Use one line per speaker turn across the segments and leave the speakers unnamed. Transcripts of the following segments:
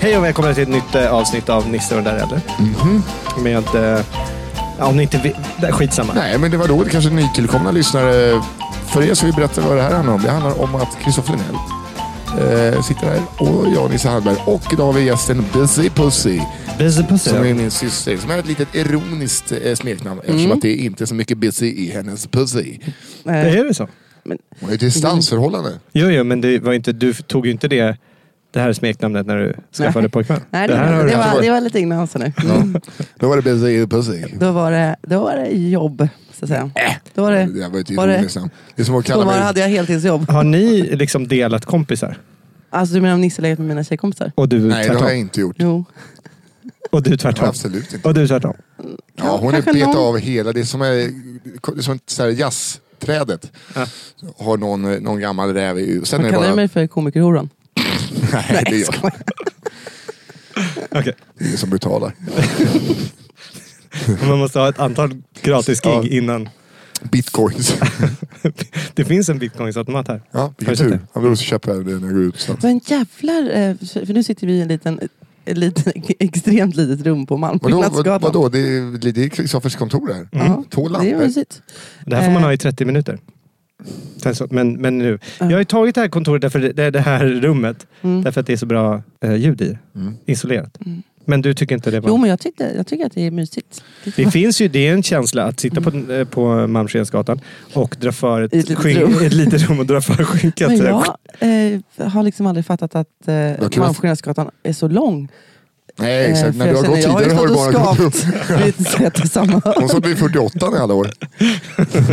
Hej och välkomna till ett nytt eh, avsnitt av Nisse och den där äldre. Med... Eh, ja, om ni inte vet... där, Skitsamma.
Mm-hmm. Nej, men det var då det kanske nytillkomna lyssnare. För er ska vi berätta vad det här handlar om. Det handlar om att Kristoffer Linell eh, sitter här och jag, Nisse Hallberg. Och idag har vi gästen Busy Pussy.
Busy Pussy.
Som är min syster. Som är ett litet ironiskt eh, smeknamn. Eftersom
Mm.
att det är inte är så mycket busy i hennes pussy.
Eh.
Det Eh, är ju så.
Hon är i distansförhållande.
Jo, jo, men det var inte, du tog ju inte det, det här smeknamnet när du skaffade
Nej.
pojkvän.
Nej, det,
det här har
det,
du haft.
var, det var lite ignoranser nu.
Ja. Då var det busy i pussy.
Då, var det, då var det jobb, så att säga. Då var det,
Äh! Det där var ett
var det,
ironiskt namn. Det är som att
då
kalla
var,
mig...
hade jag heltidsjobb.
Har ni liksom delat kompisar?
Alltså du menar om Nisse legat med mina tjejkompisar?
Och du
Nej, det
tvärtom?
har jag inte gjort.
Jo.
Och du tvärtom?
Absolut inte.
Och du tvärtom?
Ja, hon är
Kanske
bet
någon-
av hela, det är som, är, det är som ett så här jazzträdet. Har någon, någon gammal räv i. Sen är
Man
det
kallar
bara...
mig för komikerhoran.
Nej, det är jag.
Okej.
Det är som betalar.
Man måste ha ett antal gratis gig
Ja.
innan.
Bitcoins.
det finns en bitcoinsautomat här.
Ja,
Har du
vilken
sett
tur.
det?
Jag vill köpa det när jag går ut sen.
Men jävlar, eh, för för nu sitter vi i en liten, en liten extremt litet rum på
Vadå,
Malmskillnadsgatan.
vad, vadå? Det är det är Kristoffers kontor här.
Ja,
Mm. Två
Mm. Det är
lampor.
mysigt.
Det här får man
Eh.
ha i 30 minuter. Sen så- Men, men nu. Jag har ju tagit det här kontoret, därför det, det- det här rummet,
Mm.
därför att det är så bra eh, ljud i det.
Mm.
Isolerat. Men du tycker inte det var...
Jo men jag, tyckte, jag tycker att det är mysigt.
Det finns ju, det är en känsla att sitta på, eh, på Malmskillnadsgatan och dra för ett,
I ett litet
skyn-
rum.
ett litet rum och dra för skinkan.
Men
så här.
jag eh, har liksom aldrig fattat att eh,
kan man-
Malmskillnadsgatan är så lång.
Nej,
Eh,
exakt.
för
När du
jag
har gått
känner-
tidigare har du bara
Jag har
gått
ju
upp.
stått och skavt vid ett och samma
Hon satt vid 48 i alla år.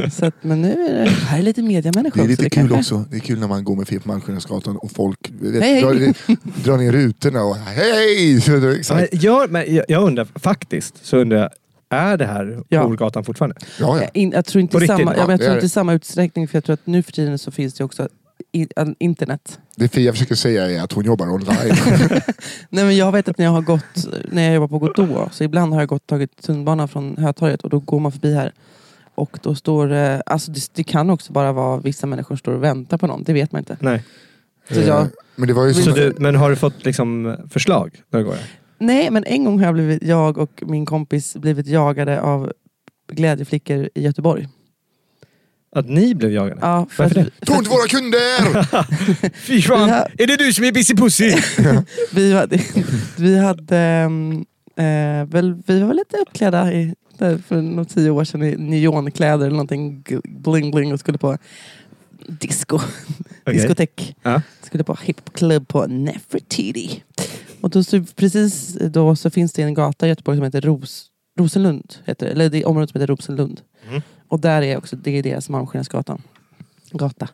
Så att, men nu är det, här är lite mediamänniska
Det är lite
så
kul
kanske-
också. Det är kul när man går med Filip Malmskillnadsgatan och folk vet,
Hej,
drar,
hej.
drar ner rutorna och hej! Så det är
Men
Exakt.
jag, men jag, jag undrar faktiskt, så undrar jag, är det här
Ja.
Horgatan fortfarande?
Ja, ja.
Jag, in, jag tror
På
inte
riktigt?
samma, ja,
Ja,
men jag
det
tror
är
inte
det.
samma utsträckning för jag tror att nu för tiden så finns det också i, an, internet.
Det Fia försöker säga är att hon jobbar online.
Nej, men jag vet att när jag har gått, när jag jobbar på Godot, så ibland har jag gått, tagit tunnelbanan från Hötorget och då går man förbi här. Och då står eh, alltså det, det kan också bara vara vissa människor står och väntar på någon, det vet man inte.
Nej.
Så jag,
Eh, Men det var ju
Så
som,
du, men har du fått liksom förslag? När du går här?
nej men en gång har jag, blivit, jag och min kompis blivit jagade av glädjeflickor i Göteborg.
Att ni blev jagade?
Ja, för
Varför
att,
det?
Tog inte våra kunder!
Fy fan,
Ja.
är det du som är Busy Pussy?
Vi hade, vi hade ehm, eh, väl, vi var väl lite uppklädda i, där för några tio år sedan i neonkläder eller någonting bling-bling och skulle på disco,
Okej.
diskotek.
Ja.
Skulle på hiphopklubb på Nefertiti. Och då, så, precis då så finns det en gata i Göteborg som heter Ros, Rosenlund. Heter det, eller det är området som heter Rosenlund. Och där är också, det är deras Malmskillnadsgatan. Gata.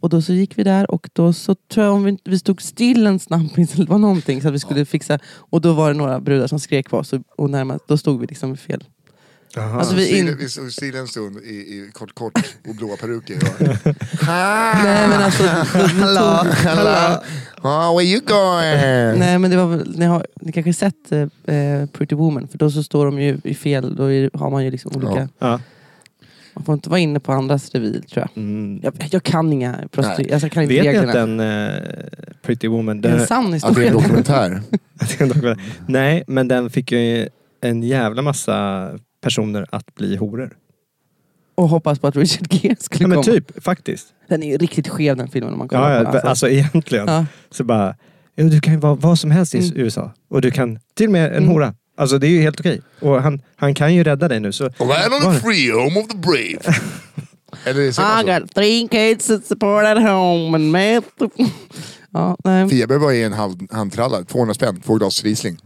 Och då så gick vi där och då så tror jag om vi, vi stod still en snabbis eller det var någonting så att vi skulle fixa. Och då var det några brudar som skrek på oss och, och närmast, då stod vi liksom fel. Alltså vi
Vi,
in,
vi stod stilla en stund i, i kort kort och blåa peruker. Ja. Ah,
nej men alltså, vi, vi
hello,
tog,
hello. Oh, where you going?
nej men det var väl, ni har ni kanske sett eh, eh, Pretty Woman för då så står de ju i fel, då är, har man ju liksom olika.
Ja.
Man får inte vara inne på andras revir tror jag. Jag, jag kan inga prostituerade. Alltså, jag kan inte
Mm. Vet ni
reglerna.
att den eh, Pretty Woman...
det är en
Den,
sann
Att det är
historia.
en dokumentär.
nej, men den fick ju en jävla massa personer att bli horor.
och hoppas på att Richard Gere skulle
Ja men
komma.
typ, faktiskt.
Den är ju riktigt skev den filmen om man kollar
Ja, ja,
på den.
alltså.
Alltså.
egentligen.
Ja.
Så bara, ja, du kan ju vara vad som helst i
Mm.
USA. Och du kan till och med en
Mm.
hora. Alltså det är ju helt okej. Och han, han kan ju rädda dig nu. Så,
Land on
Var det?
the free, home of the brave. Eller är
I
Alltså.
det alltså-
got three kids that support at home and mail. ja, nej.
Fia behöver bara ge en halv, handtralla, 200 spänn, två glas Riesling.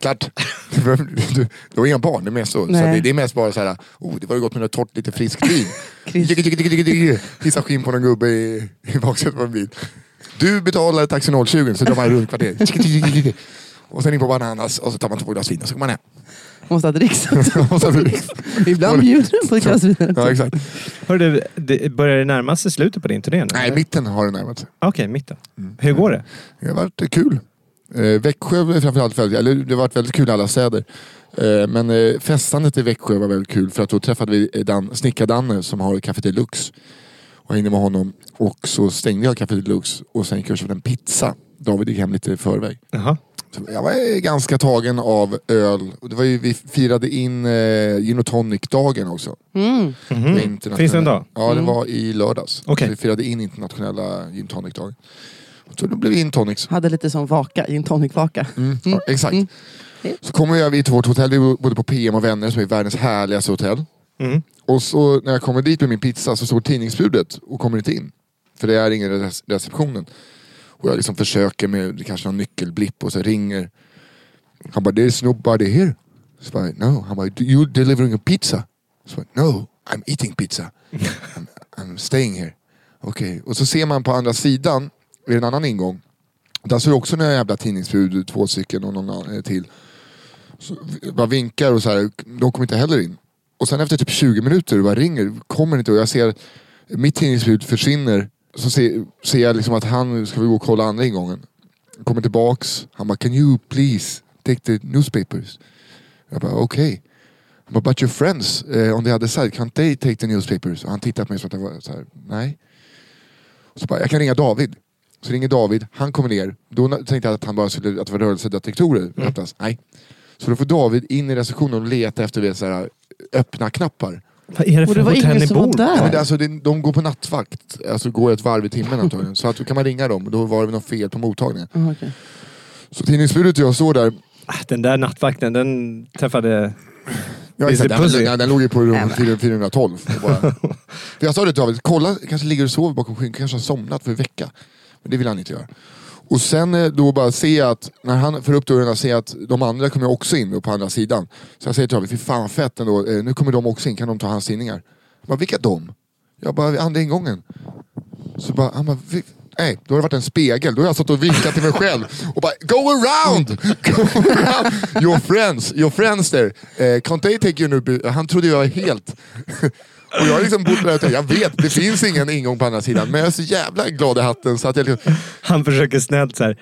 Klart. Du, behöver- du, du har inga barn, det är mest så. så
Nej.
det, det är mest bara så här, oh, det var ju gott med något torrt, lite friskt vin.
Chris.
Digg, digg, digg, digg, digg. Pissa skinn på någon gubbe i, i baksätet på en bil. Du betalar taxi 020, så drar man runt kvarteret. Digg, digg, digg, digg, digg. Och sen in på Bananas och så tar man två glas vin och så går man hem.
Måste ha dricksat.
Och så blir det-
Ibland bjuder den på ett glas vin också.
ja, exakt.
hör du, det börjar det närma sig slutet på din turné nu?
Nej, Mm. mitten har det närmat sig.
Okej, mitten. Hur går det?
Det har varit kul. Eh, Växjö framförallt, väldigt- eller det har varit väldigt kul i alla städer. Eh, men eh, festandet i Växjö var väldigt kul för att då träffade vi eh, Dan, snickardanne som har Café Deluxe. Och hängde med honom och så stängde jag Café Deluxe och sen gick jag och köpte en pizza. David gick hem lite i förväg.
Jaha.
Så jag var eh, ganska tagen av öl. Och det var ju, vi firade in eh, gin och tonic-dagen också.
Mm.
Mhm.
Det är internationella-
Finns det en dag?
Ja, det
Mm.
var i lördags.
Okej.
Så vi firade in internationella gin tonic-dagen. Så då blev det gin tonics.
Hade lite som vaka, gin tonic-vaka.
Mm. Ja, exakt.
Mm.
Så kommer jag till vårt hotell, vi bodde på PM och Vänner som är världens härligaste hotell.
Mm.
Och så när jag kommer dit med min pizza så står tidningsbudet och kommer inte in. För det är ingen rece- receptionen. Och jag liksom försöker med kanske någon nyckelblipp och så ringer. Han bara, there's nobody here. Så bara, no. Han bara, you delivering a pizza? Så bara, no, I'm eating pizza. I'm, I'm staying here. Okej, och så ser man på andra sidan, vid en annan ingång. Där står det också några jävla tidningsbud, två stycken och någon annan, eh, till. Så, vi- bara vinkar och så här, de kommer inte heller in. Och sen efter typ 20 minuter, det bara ringer, kommer inte och jag ser mitt tidningsbud försvinner. Så ser, ser jag liksom att han, ska vi gå och kolla andra ingången. Kommer tillbaks, han bara, can you please take the newspapers? Jag bara, okej. Okay. Han bara, but your friends eh, on the other side, can't they take the newspapers? Och han tittar på mig som att jag var så här, nej. Och så bara, jag kan ringa David. Så ringer David, han kommer ner. Då na- tänkte jag att han bara skulle, att det var rörelsedetektorer. öppnas. Nej. Så då får David in i receptionen och leta efter du vet, så här, öppna knappar.
Vad är det
Och
för
det var
hotell
ingen
ni
som var
bor
där.
Ja,
på?
men det, är alltså, det, de går på nattvakt, alltså går ett varv i timmen antagligen. Så att då kan man ringa dem, då var det något fel på mottagningen.
Ah, okej.
Så tidningsbudet och jag står där,
Ah, Den där nattvakten, den träffade...
Ja,
Lite
exakt. Den,
pussy.
den, den låg ju på rum 412. och Bara. För jag sa det till David, kolla, kanske ligger och sover bakom skynket, kanske har somnat för en vecka. Men det vill han inte göra. Och sen eh, då bara se att, när han för upp dörrarna, se att de andra kommer också in då på andra sidan. Så jag säger till David, fy fan vad fett ändå, Eh, nu kommer de också in, kan de ta hans tidningar? Jag bara, vilka de? Jag bara, andra ingången. Så bara, han bara, "Vi- nej, då har det varit en spegel. Då har jag stått och vinkat till mig själv och bara, go around! Go around! Your friends, your friends there. Eh, can't they take you nu? Han trodde jag var helt... Och jag har liksom bott där och tänkt, jag vet, det finns ingen ingång på andra sidan. Men jag är så jävla glad i hatten så att jag liksom,
Han försöker snällt så här.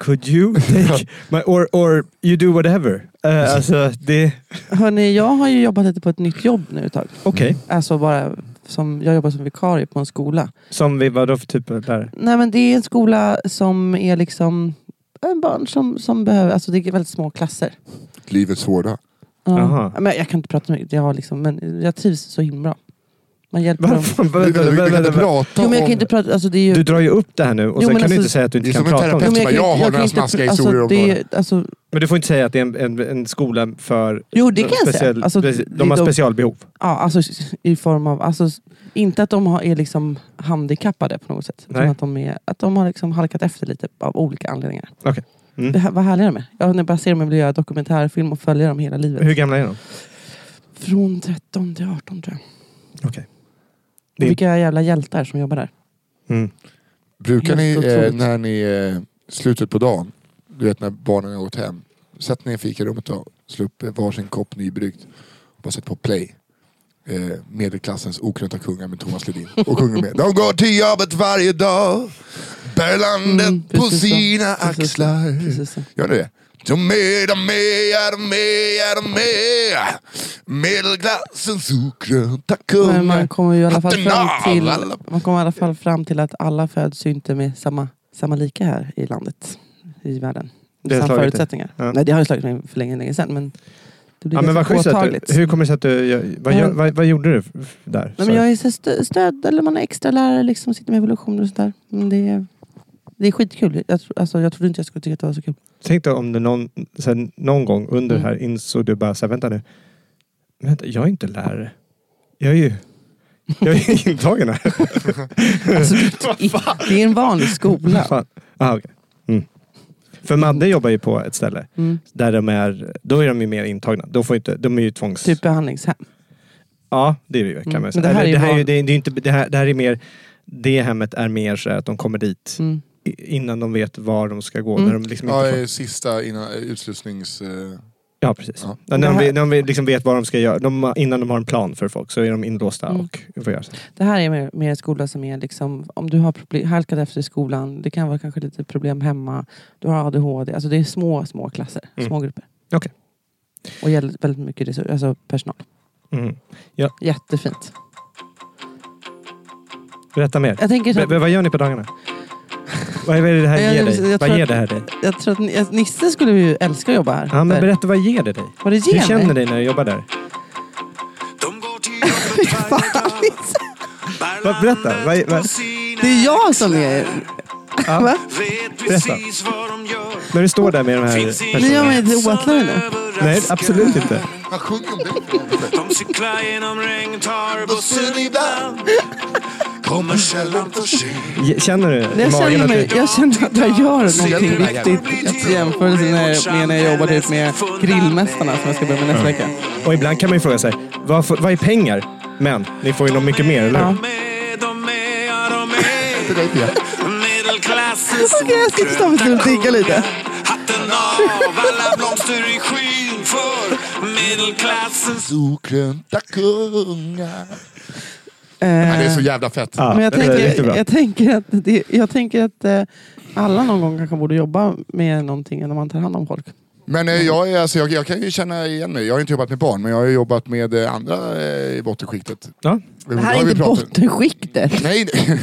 Could you take... My, or, or you do whatever. Uh, alltså, det...
Hörni, jag har ju jobbat lite på ett nytt jobb nu ett tag.
Okej.
Alltså bara som, jag jobbar som vikarie på en skola.
Som vi, vadå för typ av lärare?
Nej men det är en skola som är liksom en barn som, som behöver, alltså det är väldigt små klasser.
livets hårda.
Ja.
Jaha.
Men jag kan inte prata med jag har liksom, men jag trivs så himla bra. Man hjälper dem.
Varför?
Du,
Vänta, vänta,
du, du kan
vänta,
inte
vänta.
prata
Jo men jag
om...
kan inte prata, alltså det är ju...
Du drar ju upp det här nu och
Jo,
sen
men
kan du
alltså-
inte säga att du
Det
inte
är
kan
som en
prata om det.
terapeut.
Jo,
Bara,
men kan
jag har
inte-
några
kan inte-
snaskiga
alltså,
historier om
det
det
är- alltså,
Men du får inte säga att det är en, en, en skola för...
Jo, det kan jag säga.
speciell,
Alltså,
de,
det-
har
de-
specialbehov.
Ja, alltså s- i form av, alltså, s- inte att de har, är liksom handikappade på något sätt. Utan
Nej.
att de, är, att de har liksom halkat efter lite av olika anledningar.
Okej. Mm.
Det här, vad härliga de är. Jag när jag bara ser dem jag vill göra dokumentärfilm och följa dem hela livet.
Hur gamla är de?
Från 13 till 18 tror jag.
Okej.
Det...
Det-
Vilka jävla hjältar som jobbar där.
Mm.
Brukar ni,
Helt
eh,
otroligt.
när ni, eh, slutet på dagen, du vet när barnen har gått hem, sätt ner i fikarummet och slå upp eh, varsin kopp nybryggt och bara sätt på play. Eh, medelklassens okrönta kungar med Thomas Ledin. Och sjunger med. De går till jobbet varje dag, bär landet
Mm,
på
precis så.
sina
Precis så.
axlar.
Precis så.
Gör ni det? To me, to me, ja, to me, ja, to me. Medelklassens okrönta
Men
kungar.
man kommer ju i alla fall
Hatten
fram
av
till,
alla.
man kommer i alla fall fram till att alla föds ju inte med samma, samma lika här i landet, i världen.
Det har
samma
slagit dig.
förutsättningar.
Ja.
Nej, det har ju slagit mig för länge, länge sedan. Men det blir
Ja, men vad
ganska
schysst att
påtagligt.
du, hur kommer det sig att du... gör- Vad, gör- vad, vad gjorde du f- där?
Nej, men jag är så stö- stöd, eller man är extra lärare liksom, sitter med evolutioner och sådär. Men det, är- det är skitkul. Jag, tro- alltså, jag trodde inte jag skulle tycka att det var så kul.
Tänk dig om du någon, så här, någon gång under
Mm.
här insåg du bara så här, vänta nu. Vänta, jag är inte lärare. Jag är ju... Jag är intagen här.
Alltså, det, det är en vanlig skola.
Fan. Ah, okay. mm. För Madde jobbar ju på ett ställe
Mm.
där de är, då är de ju mer intagna. Då får inte, de är ju tvångs...
Typ behandlingshem.
Ja, det är det ju, kan man
Mm. Men
säga.
det
Eller,
här är ju
det här är ju-
van-
det är- det är inte- det här- det här är mer, det hemmet är mer så här att de kommer dit
Mm.
i- innan de vet var de ska gå.
Mm.
När de liksom
Ja,
inte får...
det är sista innan utslussnings... eh,
Ja, precis.
Ja.
Ja. När
Det
de,
här-
när de liksom vet vad de ska göra, de, har- innan de har en plan för folk, så är de inlåsta
Mm.
och får göra så.
Det här är mer, mer en skola som är liksom, om du har proble- halkat efter i skolan, det kan vara kanske lite problem hemma, du har ADHD, alltså det är små, små klasser,
Mm.
små grupper.
Okej.
Och gäller väldigt mycket resurs, alltså personal.
Mm.
Jättefint.
Berätta mer.
Jag tänker så,
B- vad gör ni på dagarna? Vad är vad är det det här
Jag-
ger
jag-
dig?
jag
Vad
tror
ger
att-
det här dig?
jag tror att ni, att Nisse skulle ju älska att jobba här.
Ja, men
Där.
berätta, vad ger det dig?
Vad det ger
Hur känner du
mig?
dig när du jobbar där?
Fan, Nisse.
Vad, berätta. Vad, vad,
Det är jag som är... Va?
berätta. När du står där med de här
Ni gör
personerna.
mig till åtlöje nu.
Nej, absolut inte.
Han sjunger om dig.
De cyklar genom regntorv och
Bussen
surr
ibland kommer sällan för sent.
Ge- Känner du i magen
Jag
typ-
känner,
att
mig,
du...
jag känner att jag gör någonting
Ser du det?
viktigt. Att jämföra med med när jag jobbar typ med grillmästarna som jag ska börja med nästa vecka.
Och ibland kan man ju fråga sig, vad, får- vad är pengar? Men ni får ju nog mycket mer, eller hur?
Ja.
med, de är, ja de är
Det där är inte jag.
medelklassens
Okej, jag ska inte ta mig till att digga lite.
Hatten av, alla blomster i skyn för medelklassens
Solkrönta kungar. Nej, det är så jävla fett.
Ja,
Eh, Men jag
det är riktigt
tänker,
bra.
jag tänker att, det, jag tänker att eh, alla någon gång kanske borde jobba med någonting när man tar hand om folk.
Men eh, jag, är, alltså, jag, jag kan ju känna igen mig. Jag har inte jobbat med barn, men jag har ju jobbat med eh, andra eh, i bottenskiktet.
Ja.
Det här är inte bottenskiktet.
Nej, nej.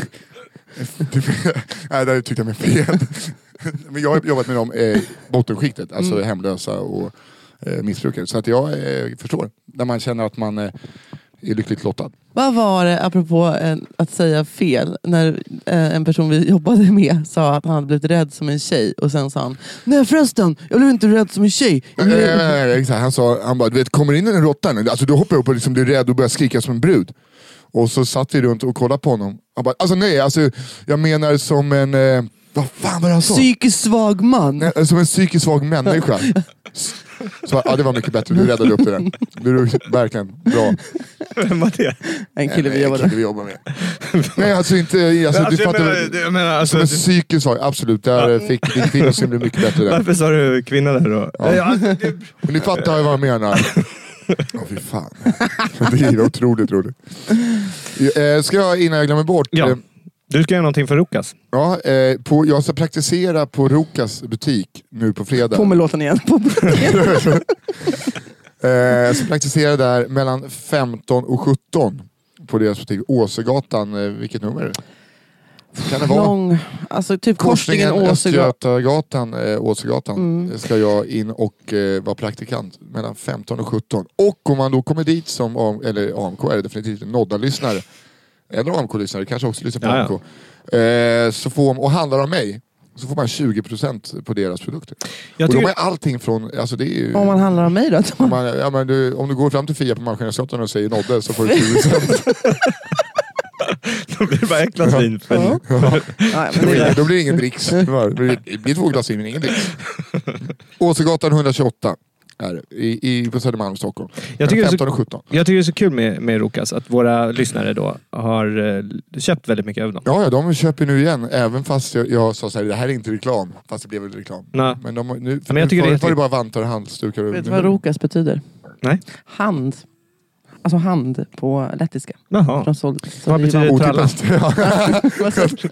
nej, där tyckte jag mig fel. Men jag har jobbat med dem eh, bottenskiktet, alltså hemlösa och eh, missbrukare. Så att jag eh, förstår, när man känner att man eh, är lyckligt lottad.
Vad var det, apropå eh, att säga fel, när eh, en person vi jobbade med sa att han hade blivit rädd som en tjej och sen sa han Nej förresten, jag blev inte rädd som en tjej. Jag blev-
Nej, nej, nej, nej, Eh, exakt. Han sa, han bara, du vet, kommer in en råtta nu, alltså, du hoppar upp och liksom blir rädd och börjar skrika som en brud. Och så satt vi runt och kollade på honom. Han bara, alltså nej, alltså, jag menar som en, eh, vad fan var det han sa?
Psykiskt svag man.
Nej, Eh, som en psykiskt svag människa. Så, ja, det var mycket bättre, du räddade upp det där. Du, verkligen, bra.
Vem var det?
En kille vi
Nej,
jobbade med.
vi jobbar med. Nej, alltså inte, alltså, du fattar väl.
jag menar alltså,
Som en psykisk svag, absolut. Där eh, fick din kvinnosyn blev mycket bättre där.
varför sa du kvinna där då? Eh, Ja.
Men ni fattar vad jag menar. Åh fy fan. Det är otroligt roligt. Eh, Ska jag, innan jag glömmer bort.
Ja.
eh,
Du ska göra någonting för Rokas.
Ja, eh, på, jag ska praktisera på Rokas butik nu på fredag.
På med låten igen. På med låten igen.
Eh, jag ska praktisera där mellan 15 och 17 på deras butik. Åsögatan, eh, vilket nummer är det? Kan det vara?
Lång, alltså typ korsningen, Mm.
Korsningen
Åsögatan.
Östgötagatan, eh, Åsögatan ska jag in och eh, vara praktikant mellan 15 och 17. Och om man då kommer dit som AM, eller AMK är det definitivt en Nodda-lyssnare. Eller AMK-lyssnare, kanske också lyssnar på
Ja, ja.
AMK. Eh, så får, och handlar om mig, så får man 20% på deras produkter.
Jag
och de
tycker-
är allting från, alltså det är ju...
Om man handlar om mig då?
Om, man, ja, men du, om du går fram till Fia på Malmskillnadsgatan och säger Nodde så får du 20%.
Då blir det bara ett glas vin. för-
Nej, men
då,
det
blir,
är
det- då blir det ingen dricks. Tyvärr. Det blir, det blir två glas vin men ingen dricks. Åsögatan 128 är det, i, i, på Södermalm, Stockholm.
Jag
Jag
tycker det är så-
15 och 17.
Jag tycker det är så kul med, med Rokas att våra lyssnare då har eh, köpt väldigt mycket av dem.
Ja, ja, de köper nu igen. Även fast jag, jag sa så här, det här är inte reklam. Fast det blev väl reklam.
Nej.
Men, de, har- nu,
Men jag tycker det är
förut var det
jätte-
bara vantar och halsdukar. och-
Vet du vad Rokas betyder?
Nej?
Hand. Alltså hand på lettiska.
Jaha.
Från sol,
Vad betyder
Otippat. Ja.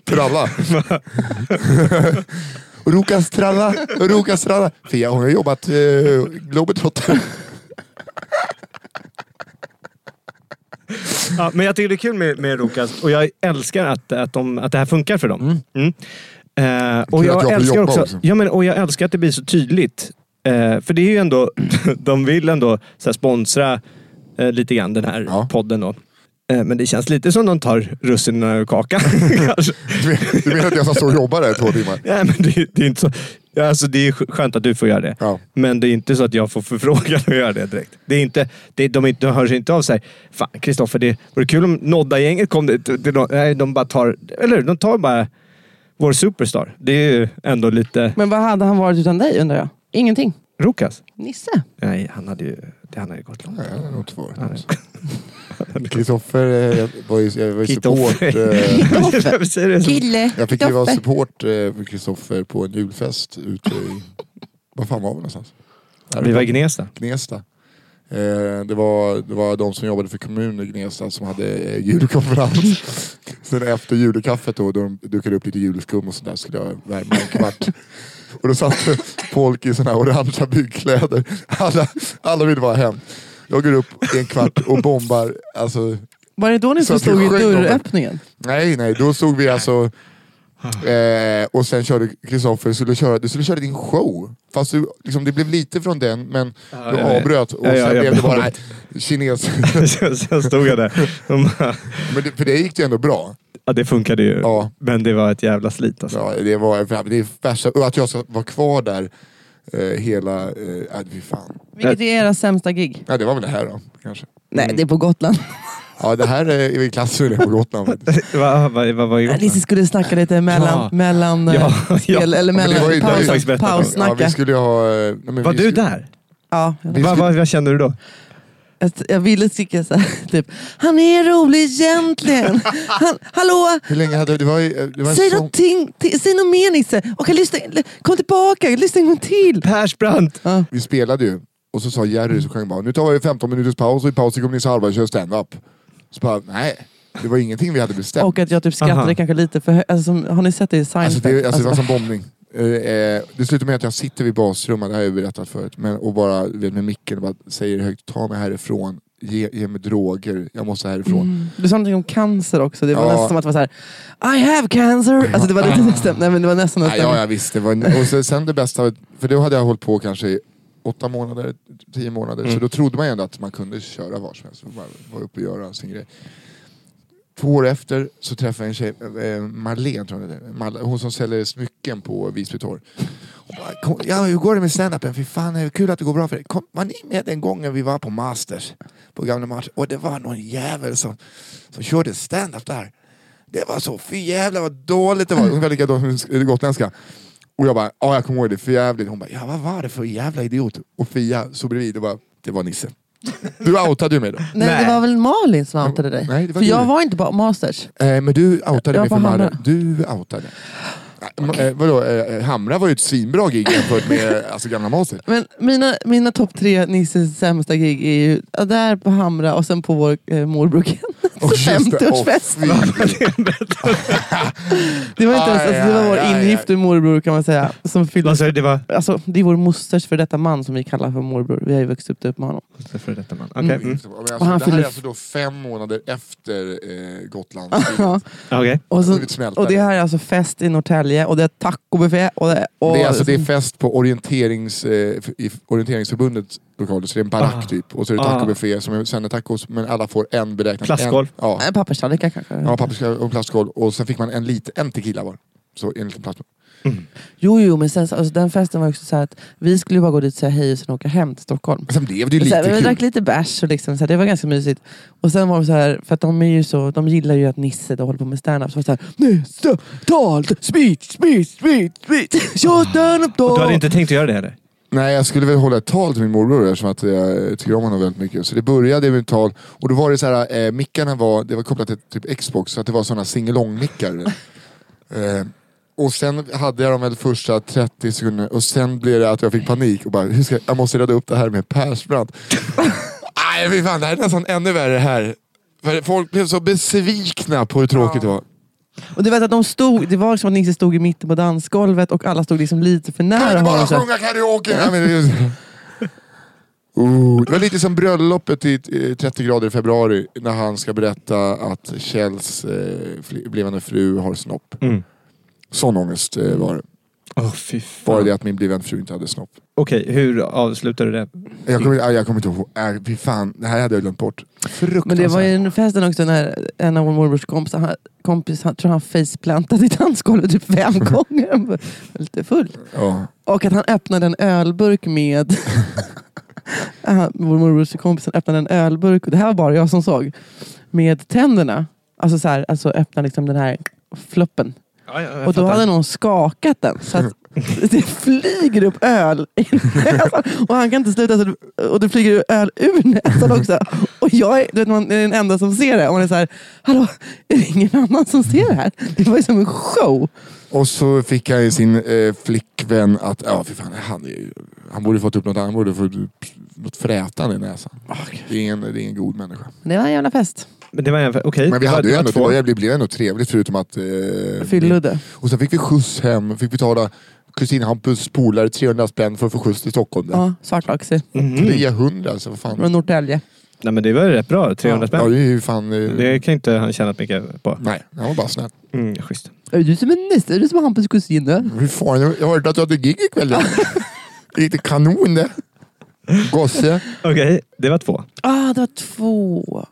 Tralla. Rukastralla, Rukastralla. Fia hon har jobbat eh, globetrotter.
Ja, men jag tycker det är kul med, med Rokas och jag älskar att, att, de, att det här funkar för dem. Mm. Eh, och,
Kul att jag
jag
får
älskar
jobba
också,
också.
Ja, men, och jag älskar att det blir så tydligt. Eh, för det är ju ändå, de vill ändå så här, sponsra eh, lite grann den här
Ja.
podden. Då. Eh, men det känns lite som de tar russinen ur kakan. kanske.
Du men- du menar att jag ska stå och jobba där i två timmar?
Nej, men det, är- det är inte så. ja, Alltså, det är skönt att du får göra det.
Ja.
Men det är inte så att jag får förfrågan att göra det direkt. Det är inte, det, de, är inte, de hörs inte av sig. Fan Kristoffer, det vore kul om Nodda-gänget kom dit. Det- de- Nej, de bara tar, eller hur? De tar bara vår superstar. Det är ju ändå lite...
Men vad hade han varit utan dig undrar jag? Ingenting.
Rokas?
Nisse.
Nej, han hade ju, det, han hade ju gått långt.
Nej, det har nog inte varit något. Kristoffer eh, jag var ju jag var ju support.
Kitoffer.
eh,
Vem säger det?
Kille.
Jag fick ju vara support eh, för Kristoffer på en julfest ute i... Var fan var vi någonstans? Där
Vi var i
uppe.
Gnesta.
Gnesta. Eh, det, var, det var de som jobbade för kommunen i Gnesta som hade eh, julkonferens. Sen efter julkaffet då, då de dukade upp lite julskum och sådär, skulle jag värma en kvart. Och då satt det folk i sådana här orangea byggkläder. Alla, alla ville vara hem. Jag går upp i en kvart och bombar. Alltså,
Var det då
Så
ni som
att du
stod i
sjöng om det.
dörröppningen?
Nej, nej, då såg vi alltså... Eh, och sen körde Kristoffer, du skulle, köra, du skulle köra din show. Fast du, liksom, det blev lite från den, men du
jag vet.
avbröt. Och
Ja, ja,
sen
jag
blev det bara
avbröt.
nej, kines.
Sen- Sen stod jag där. De bara,
men det, för det gick det ändå bra.
Ja, det funkade ju.
Ja.
Men det var ett jävla slit alltså.
Ja, det var det är värsta, och att jag ska vara kvar där eh, hela... Eh, äh, fy fan.
Vilket är era sämsta gig?
Ja, det var väl det här då, kanske.
Nej, det är på Gotland.
Ja, det här eh, är vi i klass med det på Gotland. faktiskt.
Vad vad- vad var igång?
Lizzie skulle snacka lite mellan,
Ja.
mellan eh,
Ja, ja.
spel, eller
Men det
mellan
var ju- det har vi
paus,
faktiskt berättat om.
Ja,
paussnacka.
vi skulle ju ha... eh, nej, men
Var
vi
du
skulle-
där?
Ja,
Vi
Vad
skulle-
vad- vad kände du då?
jag, jag ville sticka så här, typ, han är rolig egentligen. Han, hallå,
Hur länge hade det var ju- det var en
säg
sång-
någonting, till- säg något mer Nisse. Okej, lyssna, kom tillbaka, lyssna en gång till.
Persbrandt!
vi spelade ju och så sa Jerry som sjöng bara, nu tar vi 15 minuters paus och i pausen kommer Nisse Hallberg och kör stand-up. Så bara, nej, det var ingenting vi hade bestämt.
Och att jag typ skrattade
Aha.
kanske lite för hö- alltså, som, Har ni sett det i
alltså,
Seinfeld?
det, alltså, det var
Alltså,
som bombning. Eh, eh, det slutar med att jag sitter vid basrummet, det här har jag berättat förut, men, och bara du vet, med micken och bara säger högt, ta mig härifrån, ge, ge mig droger, jag måste härifrån.
Du sa någonting om cancer också. Det var
Ja.
nästan som att det var så här, I have cancer. Alltså det var lite nästan, nej men det var nästan
Nej, ja,
nästan.
ja, visst. Det var en, och sen, sen det bästa, för då hade jag hållit på kanske i åtta månader, tio månader, så då trodde man ju ändå att man kunde köra var som helst. och Bara vara uppe och göra sin grej. Två år efter så träffade jag en tjej, eh, Marlene tror jag hon heter, Mal- hon som säljer smycken på Visby torg. Hon bara, "Kom, Ja, hur går det med standupen? Fy fan, det är kul att det går bra för dig. Kom, var ni med den gången vi var på Masters? På gamla match. Och det var någon jävel som, som körde standup där. Det var så, fy jävlar vad dåligt det var. Ungefär likadant som det gotländska. Och jag bara, ja jag kommer ihåg det, för jävligt. Hon bara, ja vad var det för jävla idiot? Och Fia, så bredvid, och bara, det var Nisse. Du outade ju mig då.
Nej,
Nej.
det var väl Malin som outade dig?
nej, det var du.
För jag var inte på Masters.
Eh, men du outade
Jag
mig för
var Hamra.
Marre. Du outade. Okay. Eh, vadå, eh, Hamra var ju ett svinbra gig jämfört med eh, alltså, gamla Master.
Men mina, mina topp tre Nisses sämsta gig är ju ja, där på Hamra och sen på vår eh, morbror
Och
Kenneths
just det,
50-årsfest.
åh, fy.
Det var, inte ens,
Aj,
alltså, det var
aj,
vår
aj, aj.
ingifte morbror kan man säga. Som fyllde,
Vad sa du? Det var...
alltså, det är vår mosters för detta man som vi kallar för morbror. Vi har ju vuxit upp det med honom.
För detta man. Okej. Mm.
Men alltså, det
Och han
här är
fyller-
alltså då fem månader efter eh, Gotland. det
Ja.
Okej.
Och, så,
Det är lite smältare.
och det här är alltså fest i Norrtälje och det är tacobuffé. Och det, och,
är alltså det är fest på orienterings, eh, f- i orienteringsförbundets lokaler, så det är en barack
Ah.
typ. Och så är det
Ah.
tacobuffé som sänder tacos, men alla får en beräknad.
Plastgolv.
En, ja,
eh, papperstallrikar kanske.
ja papperskorv och plastgolv. Och sen fick man en, lit, en tequila var. Så en liten plast.
Jo, jo, men sen, så- alltså, den festen var också så här att vi skulle bara gå dit och säga hej och sen åka hem till Stockholm.
Sen blev Alltså, det ju
så här, men
lite
vi
kul.
drack lite bärs och liksom, så här, det var ganska mysigt. Och sen var de så här, för att de är ju så, de gillar ju att Nisse då håller på med standup. Så var det så här, Nisse, talt, sprit, sprit, sprit, sprit. Kör standup då!
Du hade inte tänkt att göra det heller?
Nej, jag skulle väl hålla ett tal till min morbror eftersom att jag eh, tycker om honom väldigt mycket. Så det började med ett tal och då var det så här, eh, mickarna var, det var kopplat till typ Xbox, så att det var sådana singalong-mickar. eh, och sen hade jag de väl första 30 sekunderna och sen blev det att jag fick panik och bara, hur ska jag, jag måste reda upp det här med Persbrandt. Nej, fy fan, det här är nästan ännu värre här. För folk blev så besvikna på hur tråkigt det var.
Och du vet att de stod, det var som att Nisse stod i mitten på dansgolvet och alla stod liksom lite för
Kan
nära
inte bara
honom. så här.
sjunga karaoke? Nej, men det, är... oh, det var lite som bröllopet i eh, 30 grader i februari när han ska berätta att Kjells eh, fli- blivande fru har snopp.
Mm.
Sån ångest eh, var det.
Åh fy fan.
Bara det att min blivande fru inte hade snopp.
Okej, hur avslutar du det?
Jag kommer, aj, jag kommer inte ihåg. Äh, fy fan, det här hade jag glömt bort.
Men det
Fruktansvärt.
var ju den festen också när en av vår morbrors kompisar, han, kompis, han, tror han faceplantade i dansgolvet typ fem gånger. Han var lite full.
ja.
Och att han öppnade en ölburk med... Han- Vår morbrors kompis öppnade en ölburk, och det här var bara jag som såg, med tänderna. Alltså, så här, alltså öppna liksom den här floppen. Och då hade någon skakat den så att det flyger upp öl i näsan. Och han kan inte sluta. Så det, och det flyger öl ur näsan också. Och jag är, du vet, man är den enda som ser det. Och man är så här, hallå, är det ingen annan som ser det här? Det var ju som en show.
Och så fick han ju sin eh, flickvän att, ja fy fan, han, är, ju- han borde fått upp något annat, han borde fått upp något frätande i näsan. Det, är ingen, det är ingen god människa.
Det var en jävla fest.
Men det var en... Okej.
Men vi
det var-
hade ju
det var
ändå, det,
två.
var, jävligt- det blev ändå trevligt förutom att... Eh, vi-
Fylludde.
Och sen fick vi skjuts hem, fick betala kusin Hampus polare 300 spänn för att få skjuts till Stockholm. där.
Ja, svart laxi.
300 alltså, vad
Från
fan.
Norrtälje.
Mm. Nej men det var ju rätt bra. 300
Ja,
spänn.
det är ju fan... Eh,
Det kan inte han tjänat mycket på.
Nej, han var bara snäll.
Mm, schysst.
Är du som en nisse? Är du som Hampus kusin? du?
Hur fan, jag jag hörde att du hade gig ikväll. Det gick det kanon det. Gosse.
Okej, det var två.
Ah, det var två.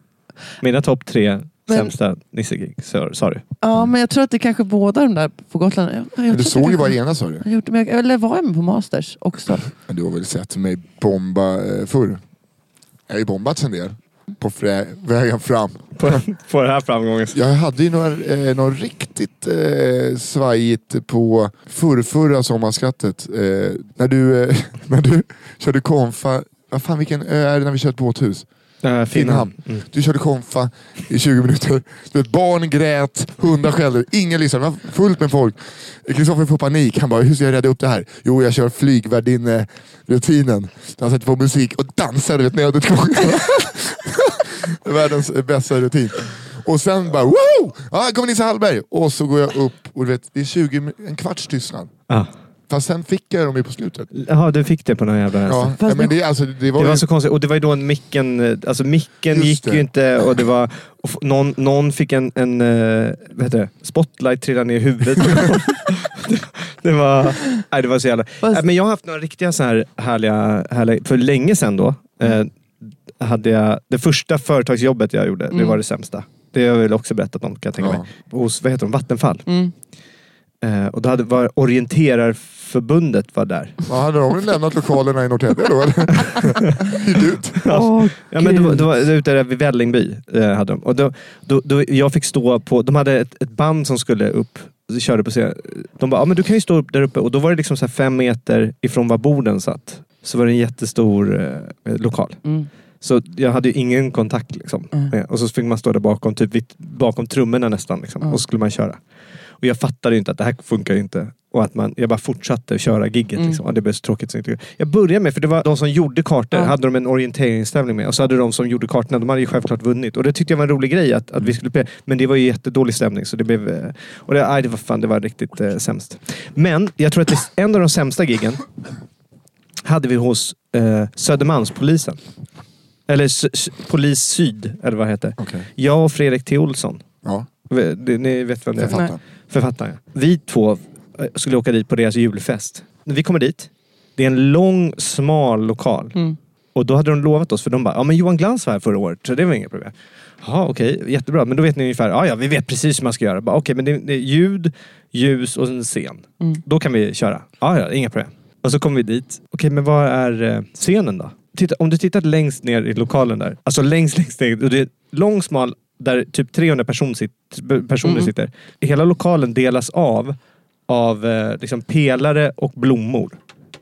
Mina topp tre
Men-
sämsta Nisse-gig. Så- Sorry.
Ja, men jag tror att det kanske båda de där på Gotland. Jag, jag tror
Men
att
du
jag
såg ju
kanske-
bara ena sa du.
Jag gjorde, men jag, eller var jag med på Masters också?
Men Du har väl sett mig bomba eh, förr? Jag har ju bombats en del. På frä- vägen fram.
På, på den här framgången.
Jag hade ju några, eh, någon riktigt eh, svajigt på förrförra sommarskrattet. Eh, när, du, eh, när du körde konfa. Vad fan vilken ö är det när vi kör ett båthus?
Äh,
Finnhamn. Du körde konfa i 20 minuter. Du vet, barn grät, hundar skällde, ingen lyssnade. Det var fullt med folk. Kristoffer får panik. Han bara, hur ska jag rädda upp det här? Jo, jag kör flygvärdinne-rutinen. Han sätter på musik och dansar, du vet, nödigt. Världens bästa rutin. Och sen bara, wow! Ja, här kommer Nisse Hallberg. Och så går jag upp och du vet, det är 20, min- en kvarts tystnad.
Ja.
Fast sen fick jag dem ju på slutet.
Jaha, du fick det på någon jävla
Ja,
vänster.
ja, men det, alltså, det var,
Det var
ju-
så konstigt. Och det var ju då en micken... eh, Alltså micken
Just
gick
det.
ju inte och det var... Och f- någon, någon fick en... en eh, vad heter det? Spotlight trilla ner i huvudet. Det- det var... Nej, det var så jävla...
Fast-
Nej, men jag har haft några riktiga så här härliga... härliga för länge sedan då. Eh,
Mm.
hade jag, det första företagsjobbet jag gjorde, det var det sämsta. Det har jag väl också berättat om kan jag tänka
Mm. Ja.
mig. Hos, vad heter de? Vattenfall.
Mm.
Eh, och då hade, var Orienterarförbundet var där.
Ja, hade de lämnat lokalerna i Norrtälje då? eller? Hyrt ut?
Åh,
Alltså, Ja, men det var,
gud.
det var ute där vid Vällingby. Eh, hade de. Och då, då, då, jag fick stå på, de hade ett, ett band som skulle upp, körde på scen. De bara, ja men du kan ju stå upp där uppe. Och då var det liksom så här fem meter ifrån var borden satt. Så var det en jättestor eh, lokal. Så jag hade ju ingen kontakt liksom. Eh, Och så fick man stå där bakom, typ vid, bakom trummorna nästan. Liksom. Och så skulle man köra. Och jag fattade ju inte att det här funkar ju inte. Och att man, jag bara fortsatte köra gigget. Liksom. Och det blev så tråkigt. Så jag, inte- jag började med, för det var de som gjorde kartor,
Ja.
hade de en orienteringstävling med. Och så hade de som gjorde kartorna, de hade ju självklart vunnit. Och det tyckte jag var en rolig grej. att, att vi skulle pe- Men det var ju jättedålig stämning. Så det blev... eh, Och det, aj, det var fan, det var riktigt eh, sämst. Men jag tror att det, en av de sämsta giggen hade vi hos eh, Södermalmspolisen. Eller s- s- Polis Syd, eller vad det heter.
Okej.
Jag och Fredrik T. Olsson.
Ja,
V- det- Ni vet vem det är?
författaren.
Författaren. Vi två eh, skulle åka dit på deras julfest. När vi kommer dit, det är en lång, smal lokal. Och då hade de lovat oss, för de bara, ja men Johan Glans var här förra året, så det var inga problem. Jaha, okej, jättebra. Men då vet ni ungefär, "Ah, ja ja, vi vet precis hur man ska göra. Bara, Okej, men det, det är ljud, ljus och en scen. Då kan vi köra. "Ah, Ja, ja, inga problem. Och så kommer vi dit. Okej, men var är eh, scenen då? Titta, om du tittar längst ner i lokalen där. Alltså längst, längst ner. Och det är lång, smal, där typ 300 person sit, personer sitter. Hela lokalen delas av, av eh, liksom pelare och blommor.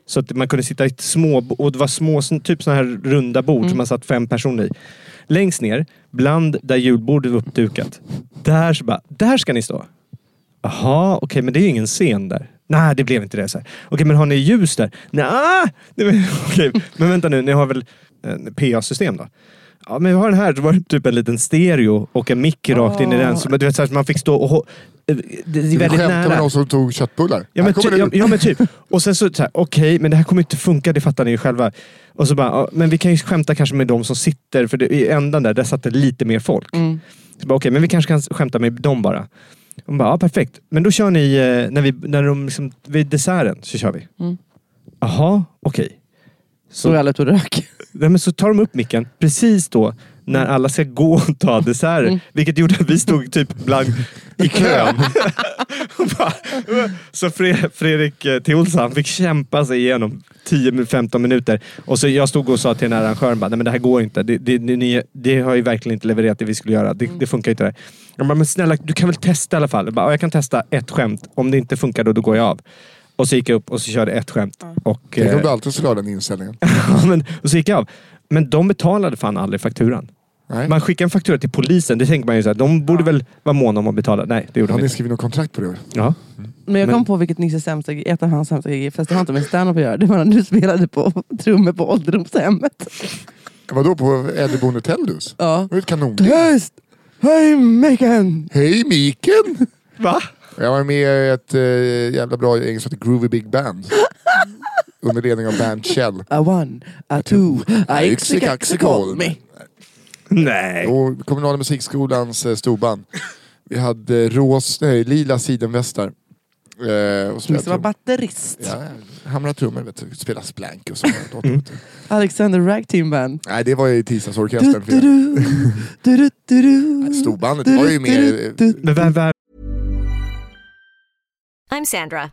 Så att man kunde sitta i ett små, och det var små, sån- typ såna här runda bord
Mm.
som man satt fem personer i. Längst ner, bland där julbordet var uppdukat. Där, så bara, där ska ni stå. Jaha, okej, men det är ju ingen scen där. Nej, det blev inte det. så här. Okej, men har ni ljus där? Nej, det var- okej, men vänta nu, ni har väl en PA-system då? Ja, men vi har den här. Det var det typ en liten stereo och en mick rakt in i den. Så, men du vet, så här, man fick stå och... hå- det är
Du
väldigt
skämtar med
nära.
de som tog köttbullar.
Ja men,
Här
ty,
kommer
ja,
det-
ja men typ. Och sen så, så här, okej, men det här kommer inte funka, det fattar ni ju själva. Och så bara, ja, men vi kan ju skämta kanske med de som sitter, för det, i ändan där, där satt det lite mer folk. Så bara, okej, men vi kanske kan skämta med dem bara. Hon bara, ja perfekt. Men då kör ni, eh, när vi, när de liksom, vid desserten så kör vi. Jaha, okej.
Stod alla ute och rök.
Nej, men så tar de upp micken precis då när alla ska gå och ta dessert. Vilket gjorde att vi stod typ bland i kön. Och bara- så Fre- Fredrik eh, T. Olsson han fick kämpa sig igenom 10-15 minuter. Och så jag stod och sa till den här arrangören, bara, nej men det här går inte. Det, det, det, ni, det har ju verkligen inte levererat det vi skulle göra. Det, det funkar ju inte. Det. här." Jag bara, men snälla du kan väl testa i alla fall? Jag, bara, "Ja, jag kan testa ett skämt. Om det inte funkar då, då går jag av. Och så gick jag upp och så körde ett skämt. Och,
Tänk om
eh,
du alltid skulle ha den inställningen.
Ja, men, och så gick jag av. Men de betalade fan aldrig fakturan.
Nej.
Man skickar en faktura till polisen, det tänker man ju så här, de borde väl vara måna om att betala. Nej, det gjorde
Har
de
ni
inte.
skrivit något kontrakt på det?
Ja.
Men jag kom
Men-
på vilket Nisses sämsta, gig- ett av hans sämsta gig, fast det har inte med standup att göra. Det var när du spelade på trummor på ålderdomshemmet.
Vadå, på äldreboendet Tellus?
Ja.
Det var ju ett kanon.
Tyst! Hej Megan!
Hej Miken!
Va?
Jag var med i ett eh, jävla bra gäng som heter Groovy Big Band. Under ledning av Bernt Kjell.
A one, a two, a yxikaxi call me.
Nej.
Och kommunala musikskolans eh, storband. Vi hade rås, nej, lila sidenvästar. Eh, och spelade
Nisse var
trummor.
batterist.
Ja, hamra trummor, vet du. spela splank och så.
Alexander Ragteam Band.
Nej, det var ju tisdagsorkestern. för er.
Du-du-du, du-du-du-du.
Storbandet var ju mer... eh,
Men vem, vem,
I'm Sandra,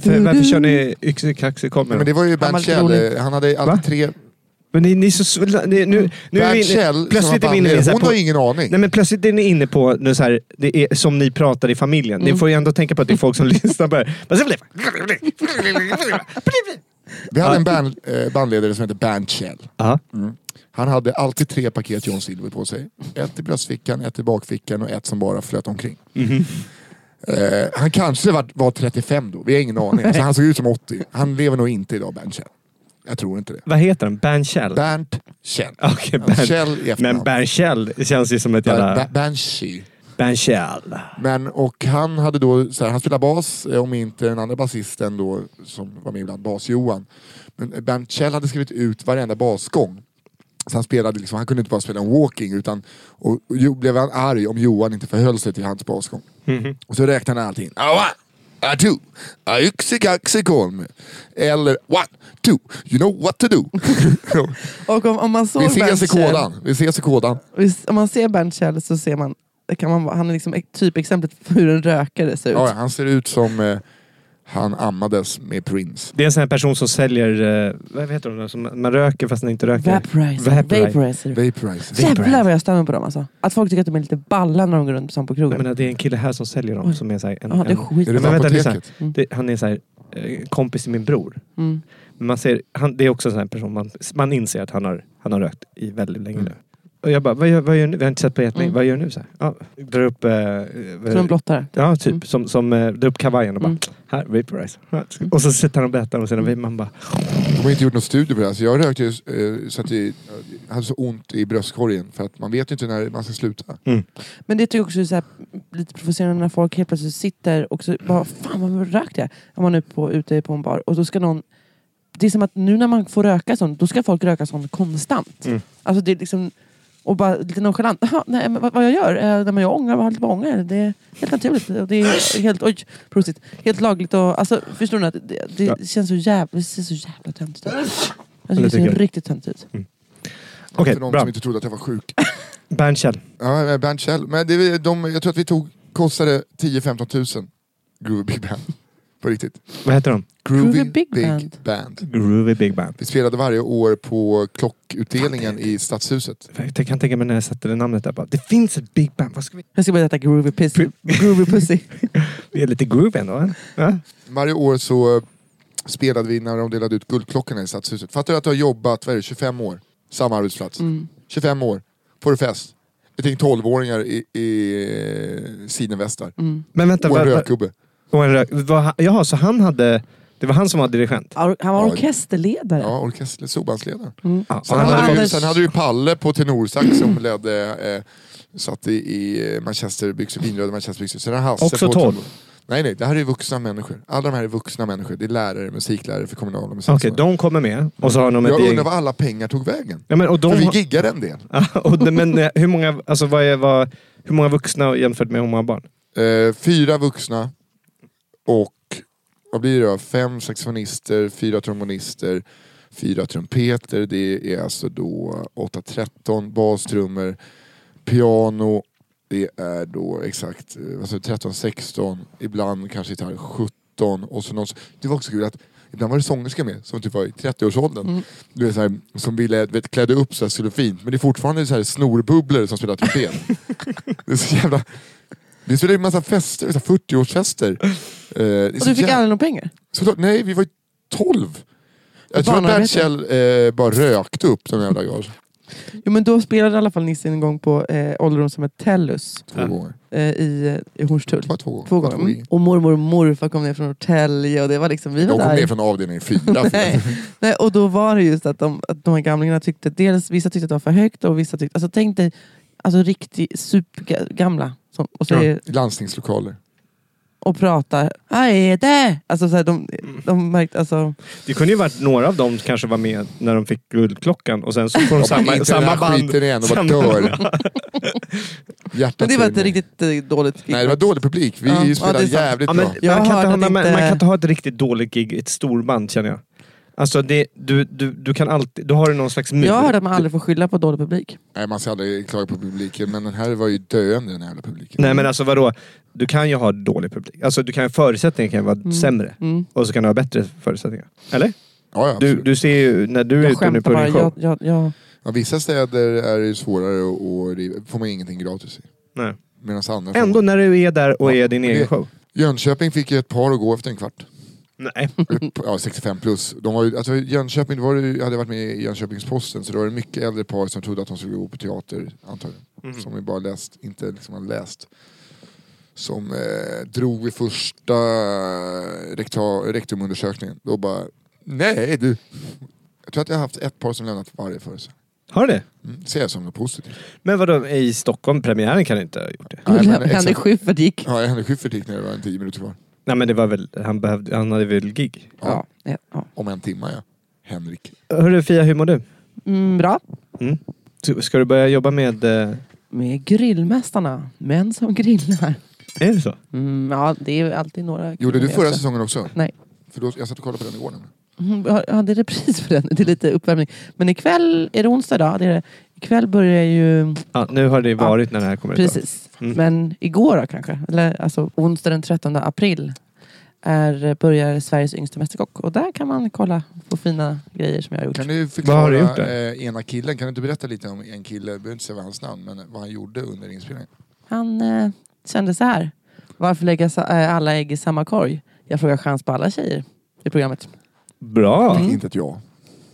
för, varför kör ni yxekaxekoll med
Nej, men
men,
det var ju Bernt
Gammalt
Kjell.
roligt.
eh, Han hade
Va?
alltid tre...
men ni, ni är så... sv- Ni, nu, nu är
Bernt
vi
Kjell,
inne,
som
plötsligt är
var
vi inne i
bandledare,
så här
hon
på-
har ingen aning.
Nej men plötsligt är ni inne på nu så här, det är, som ni pratar i familjen.
Mm.
Ni får ju ändå tänka på att det är folk som lyssnar på det här. Men så blir det-
Vi hade en band, eh, bandledare som hette Bernt Kjell.
Ja.
Han hade alltid tre paket John Silver på sig. Ett i bröstfickan, ett i bakfickan och ett som bara flöt omkring.
Mhm.
Eh, han kanske var, var 35 då, vi har ingen aning. Alltså, han såg ut som 80. Han lever nog inte idag, Bernt Kjell. Jag tror inte det.
Vad heter den? Bernt Kjell?
Bernt Kjell.
Okej,
Alltså,
Bernt-
Kjell i efternamn.
Men Bernt Kjell känns ju som ett
Ber-
jävla...
Ber- Banshee.
Bernt Kjell.
Men, och han hade då, så här, han spelade bas, eh, om inte den andra basisten då, som var med ibland, Bas-Johan. Men Bernt Kjell hade skrivit ut varenda basgång. Så han, spelade liksom, han kunde inte bara spela en walking, utan och, och, jo- blev han arg om Johan inte förhöll sig till hans basgång.
Mhm.
Och så räknade han allting. Ah, one, a two, ah, a yxikaxikolm. Eller one, two, you know what to do.
Och om, om man såg
Vi ses i
Bernt Kjell-
kodan. Vi ses i kodan.
Visst, om man ser Bernt Kjell så ser man, det kan man, vara- han är liksom ex- typexemplet för hur en rökare ser ut.
Ja, ja, han ser ut som eh, han ammades med Prince.
Det är en sån här person som säljer, eh, vad heter de, som man röker fast man inte röker.
Vaporizer.
Vaporizer.
Vaporizer.
Vaporizer.
Jävlar vad jag stämmer på dem alltså. Att folk tycker att de är lite balla när de går runt som på
Jag
krogen.
menar, det är en kille här som säljer dem. Som är så här en,
Ja, det är
en-
skit. Mm.
Är det
Men vänta, det är så här,
apoteket?
det, han är så här, eh, kompis till min bror.
Mm.
Men Man ser, han, det är också en sån här person, man, man inser att han har, han har rökt i väldigt länge nu. Och jag bara, vad gör, vad gör ni? Vi har inte sett på jättelänge. Vad gör ni? Så här, ja, drar upp... Eh,
Mm. Så de blottar.
Ja, typ.
Mm.
Som, som eh, drar upp kavajen och bara,
Mm.
här, vaporize. Och så sitter han och berättar och sen man bara,
De har inte gjort någon studie på det här. Så jag rökte ju eh, så att jag hade så ont i bröstkorgen. För att man vet ju inte när man ska
Mm.
sluta.
Men det tycker jag också är så här, lite provocerande när folk helt plötsligt sitter och så bara Fan vad rökte jag? Om man är på, ute på en bar och då ska någon Det är som att nu när man får röka sånt, då ska folk röka sånt konstant.
Mm.
Alltså det är liksom Och bara lite nonchalant. Jaha, nej, men vad, vad jag gör? Eh, nej, men jag ångrar, jag har lite ånger. Det är helt naturligt. Och det är helt, oj, prosit. Helt lagligt och alltså förstår ni? Att det, det,
Ja.
känns så jävla, det ser så jävla töntigt ut. Jag tycker
det
det
tycker
ser
jag. Mm.
riktigt töntigt ut.
okej,
för de
bra.
som inte trodde att jag var sjuk.
Bernt Kjell.
Ja, eh, Bernt Kjell. Men det, är- de, jag tror att vi tog, kostade 10-15 tusen. Groovy Big Band. På riktigt.
Vad heter de?
Groovy Big Band.
Band.
Groovy Big Band.
Vi spelade varje år på klockutdelningen i Stadshuset.
Jag kan tänka mig när jag satte det namnet där bara, det finns ett Big Band. Vad ska vi...
Jag ska börja äta groovy pussy. groovy pussy.
Vi är lite groovy ändå. va? Ja?
Varje år så eh, spelade vi när de delade ut guldklockorna i Stadshuset. Fattar du att du har jobbat, vad är det, 25 år? Samma arbetsplats. 25 år. Får du fest. Ett gäng 12-åringar i, i sidenvästar.
Men vänta,
Och en
vänta.
rökgubbe.
Och en rök. Vad han- Jaha, så han hade... Det var han som var dirigent?
Or- Han var
Ja.
orkesterledare.
Ja, orkester, storbandsledare.
Ja,
Sen,
han
hade du,
Anders-
sen hade du Palle på tenorsax som ledde, eh, satt i, i manchesterbyxor, vinröda manchesterbyxor. Sen har Hasse
Också
på
tolv?
trummor. Nej, nej, det här är vuxna människor. Alla de här är vuxna människor. Det är lärare, musiklärare för kommunala musik.
Okej, de kommer med och så har de ett
Jag
gäng-
undrar var alla pengar tog vägen.
Ja, men, och de
För vi
har-
giggade en del.
Ja, och de, men eh, hur många, alltså, vad är, vad, hur många vuxna jämfört med hur många barn?
Eh, fyra vuxna och vad blir det då? Fem saxofonister, fyra trombonister, fyra trumpeter. Det är alltså då 8-13 bastrummor, piano. Det är då exakt eh, alltså 13-16, ibland kanske gitarr 17 och så någon, som- Det var också kul att Ibland var det sångerska med som typ var i 30-årsåldern.
Mm.
Du vet, så här, som ville vet, klädde upp sig så skulle fint. Men det är fortfarande så här snorbubblor som spelar trumpet. det är så jävla... Vi spelade ju en massa fester, så här 40-årsfester. Eh, det är
Och
så
du fick
jävla-
aldrig några pengar?
Såklart, nej vi var ju 12. Jag tror att Bernt Kjell eh, bara rökte upp de jävla gage.
Jo men då spelade i alla fall Nisse en gång på eh, ålderdomshemmet Tellus
Två gånger.
eh, i, i Hornstull.
Det var två gånger.
Två
Det var
gånger.
gånger.
Mm. Och mormor och morfar kom ner från Norrtälje och det var liksom, vi
De
var
kom ner
där.
från avdelning fyra.
Nej. Nej, och då var det just att de, att de här gamlingarna tyckte, dels vissa tyckte att det var för högt och vissa tyckte, alltså tänk dig, alltså riktigt supergamla. Som, och, så,
I landstingslokaler.
och prata, aj det! Alltså så här, de, de märkte, alltså,
Det kunde ju varit några av dem som kanske var med när de fick guldklockan och sen så får de
Samma,
samma,
inte samma
samma
den här
band.
skiten igen och bara
Samma-
dör. Hjärtat
men det var
säger
inte
nej.
riktigt eh, dåligt.
Nej det var dålig publik. Vi
Ja, ja,
spelade
det är sant.
jävligt
Ja, men,
bra.
Jag
man, kan
hörde
inte ha, man,
inte-
man kan inte ha ett riktigt dåligt gig i ett storband känner jag. Alltså det, du, du, du kan alltid, då har du någon slags mur.
Jag hörde att man aldrig får skylla på dålig publik.
Nej man ska aldrig klaga på publiken men den här var ju döende den här jävla publiken.
Nej men alltså vadå, du kan ju ha dålig publik. Alltså du kan, förutsättningar kan ju vara
Mm.
sämre. Och så kan du ha bättre förutsättningar. Eller?
ja, ja,
Du,
absolut.
du ser ju, när du är
Jag
ute nu
skämtar
på din
bara.
show.
Jag, jag, jag,
Ja, vissa städer är det ju svårare och, och det får man ingenting gratis i.
Nej.
Medan andra får
Ändå när du är där och är din
men
egen
det-
show.
Jönköping fick ju ett par att gå efter en kvart.
Nej.
Ja, 65 plus. De var ju, alltså, Jönköping, det var, ju- jag hade varit med i Jönköpingsposten, så det var det mycket äldre par som trodde att de skulle gå på teater, antagligen. Som ju bara läst, inte liksom har läst. Som eh, drog i första rekta- rektumundersökningen. Då bara, nej du. Jag tror att jag har haft ett par som lämnat varje föreställning.
Har du det?
Mm, ser jag som något positivt.
Men vadå, i Stockholm, premiären kan inte ha gjort det?
Nej, men
Henrik
exakt.
Schyffert gick.
Ja, Henrik Schyffert gick när det var en tio minuter kvar.
Nej men det var väl, han, behövde, han hade väl gig?
Ja. Ja, ja.
Om en timme ja. Henrik.
Hörru Fia, hur mår du?
Mm, bra.
S- Ska du börja jobba med... eh,
Med grillmästarna. Män som grillar.
Är det så?
Mm, ja, det är ju alltid några.
Gjorde du
kul
förra
också.
säsongen också?
Nej.
För då, jag satt och kollade på den igår nämligen.
Mm, Jag jag hade repris för den. Det är lite uppvärmning. Men ikväll, är det onsdag idag? Det är det. Ikväll börjar ju...
Ja, nu har det varit när det här kommer ut.
Precis.
Mm.
Men igår då kanske. Eller alltså onsdag den 13 april. Är, börjar Sveriges yngsta mästerkock. Och där kan man kolla på fina grejer som jag har gjort.
Kan du
Vad har du gjort
förklara
där?
eh, ena killen? Kan du inte berätta lite om en kille, jag behöver inte säga vad hans namn, men vad han gjorde under inspelningen?
Han eh, kände så här. Varför lägga sa- eh, alla ägg i samma korg? Jag frågar chans på alla tjejer i programmet.
Bra! Mm.
Mm.
Inte ett ja.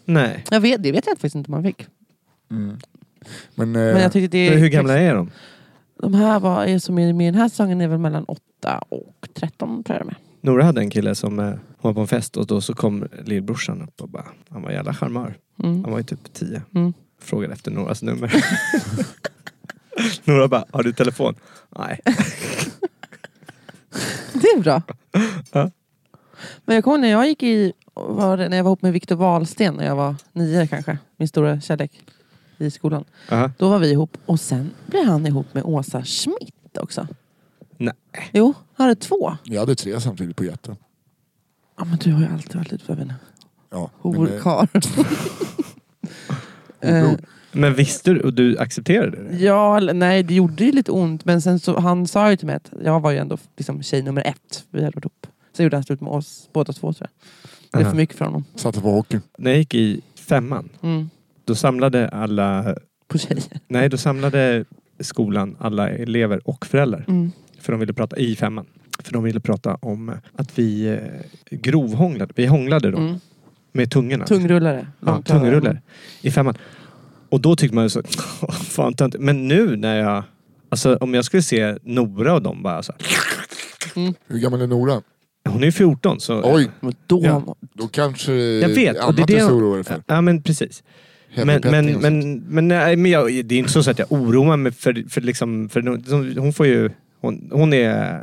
Nej.
Jag vet, det vet jag faktiskt inte om han fick.
Men, eh,
Men jag tycker det är...
Eh, Men Hur gamla är de?
De här var, är som är med i den här säsongen är väl mellan 8 och 13 tror jag de är.
Nora hade en kille som eh, var på en fest och då så kom lillbrorsan upp och bara, han var jävla charmör. Han var ju typ tio.
Mm.
Frågade efter Noras nummer. Nora bara, har du telefon? Nej.
Det är bra.
Ja.
Men jag kommer ihåg när jag gick i, var, det- när jag var ihop med Viktor Wahlsten när jag var nio kanske, min stora kärlek i skolan.
Aha.
Då var vi ihop och sen blev han ihop med Åsa Schmidt också.
Nej.
Jo, han hade två.
Jag hade tre samtidigt på jätten.
Ja men du har ju alltid varit lite för
Ja, men, eh,
Horkarl. Eh,
horor.
Men visste du och du accepterade det?
Ja, eller- nej det gjorde ju lite ont. Men sen så, han sa ju till mig att jag var ju ändå liksom tjej nummer ett. Vi hade varit ihop. Sen gjorde han slut med oss båda två tror jag. Det är
Aha.
för mycket för honom.
Satt på hockey.
När jag gick i femman,
Mm.
då samlade alla,
På tjejer.
nej då samlade skolan alla elever och föräldrar.
Mm.
För de ville prata i femman. För de ville prata om att vi eh, grovhånglade. Vi hånglade då.
Mm.
Med tungorna.
Tungrullare.
ja,
Långtradare.
tungrullar. I femman. Och då tyckte man ju så... Fan tönt. Men nu när jag... Alltså om jag skulle se Nora och dem bara så här,
Hur gammal är Nora?
Hon är ju 14 så...
Oj,
Men då...
Ja.
då kanske
Jag vet.
annat är så orolig för.
Ja men precis.
Happy
Men,
petting
men,
och sånt.
men, men, nej, men jag, det är inte så att jag oroar mig för, för, liksom, för hon- hon får ju... Hon, hon är...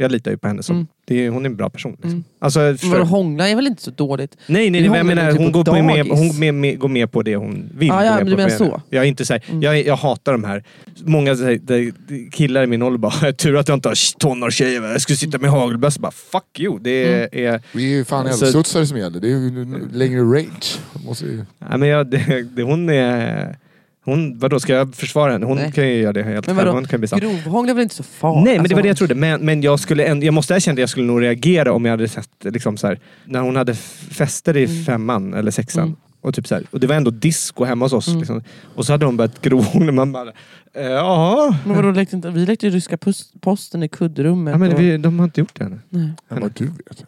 Jag litar ju på henne som...
Mm.
Det är, hon är en bra person. Liksom.
Mm.
Alltså, för,
Vadå hångla är väl inte så dåligt?
Nej, nej,
Vi
nej men jag
hånglar
menar
ju
hon,
typ på
går på med,
dagis. Ah,
hon med, med, går med på det hon vill.
Ja, ja,
gå
men
med
du
på
menar
det.
så.
Jag, är inte så här,
Mm.
jag, jag hatar de här. Många så här, de, de killar i min ålder bara, tur att jag inte har tonårstjejer. va? Jag skulle sitta med hagelbössa. Bara, Fuck you! Det
Mm.
är... är
Vi är ju fan
Alltså-
älvstudsare som gäller. Det är ju n- längre range. Måste ju...
nej, men jag, det, det, hon är... Hon, vadå, ska jag försvara henne? Hon
Nej.
kan ju göra det helt
Men
själv.
vadå?
Hon kan bli sam-
Grovhångla är väl inte så farligt?
Nej, men det var
Alltså,
det jag trodde. Men, men jag, skulle ändå, jag måste erkänna att jag skulle nog reagera om jag hade sett liksom så här, när hon hade f- fester i femman eller sexan.
Mm.
Och, typ så här, och det var ändå disco hemma hos oss.
Mm.
Liksom. Och så hade hon börjat grovhångla. Man bara, eh, ja.
Men vadå, lekte inte, vi lekte ju ryska pus- posten i kuddrummet.
ja men
och,
vi, de har inte gjort det ännu.
nej.
Än vad du vet.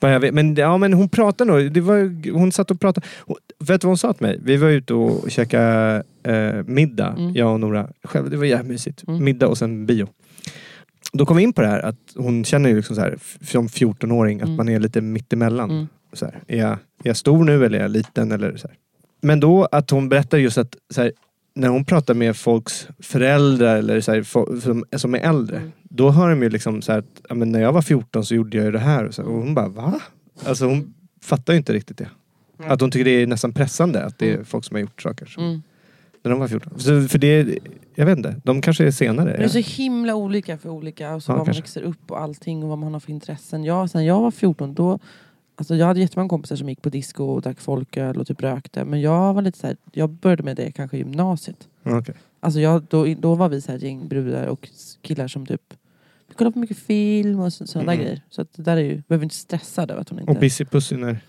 Vad jag vet. Men, ja, men hon pratade nog. Det var, hon satt och pratade. Hon, vet du vad hon sa till mig? Vi var ute och käkade eh, middag,
Mm.
jag och Nora. Själv, det var jävligt mysigt.
Mm.
Middag och sen bio. Då kom vi in på det här att hon känner ju liksom så här, f- som 14-åring att
Mm.
man är lite mittemellan.
Mm.
Så här, är, jag, är jag stor nu eller är jag liten? Eller så här. Men då att hon berättar just att så här, när hon pratar med folks föräldrar eller så här, fo- som, som är äldre.
Mm.
Då hör de ju liksom så här att ja, men när jag var 14 så gjorde jag ju det här. Och, så här, och hon bara va? Alltså hon fattar ju inte riktigt det. Att hon tycker det är nästan pressande att det är folk som har gjort saker. Som,
Mm.
När de var 14. Så, för det, jag vet inte, de kanske är senare.
Men det är så himla olika för olika. Och så
Ja,
vad man
kanske.
växer upp och allting och vad man har för intressen. Jag, sen jag var 14 då Alltså jag hade jättemånga kompisar som gick på disco och drack folköl och typ rökte. Men jag var lite så här, jag började med det kanske i gymnasiet.
Ja, okej.
Alltså jag, då, då var vi så här gäng brudar och s- killar som typ vi kollade på mycket film och sådana där
Mm.
grejer. Så att det där är ju, behöver inte stressa över att hon
Och
inte...
Busy Pussy när...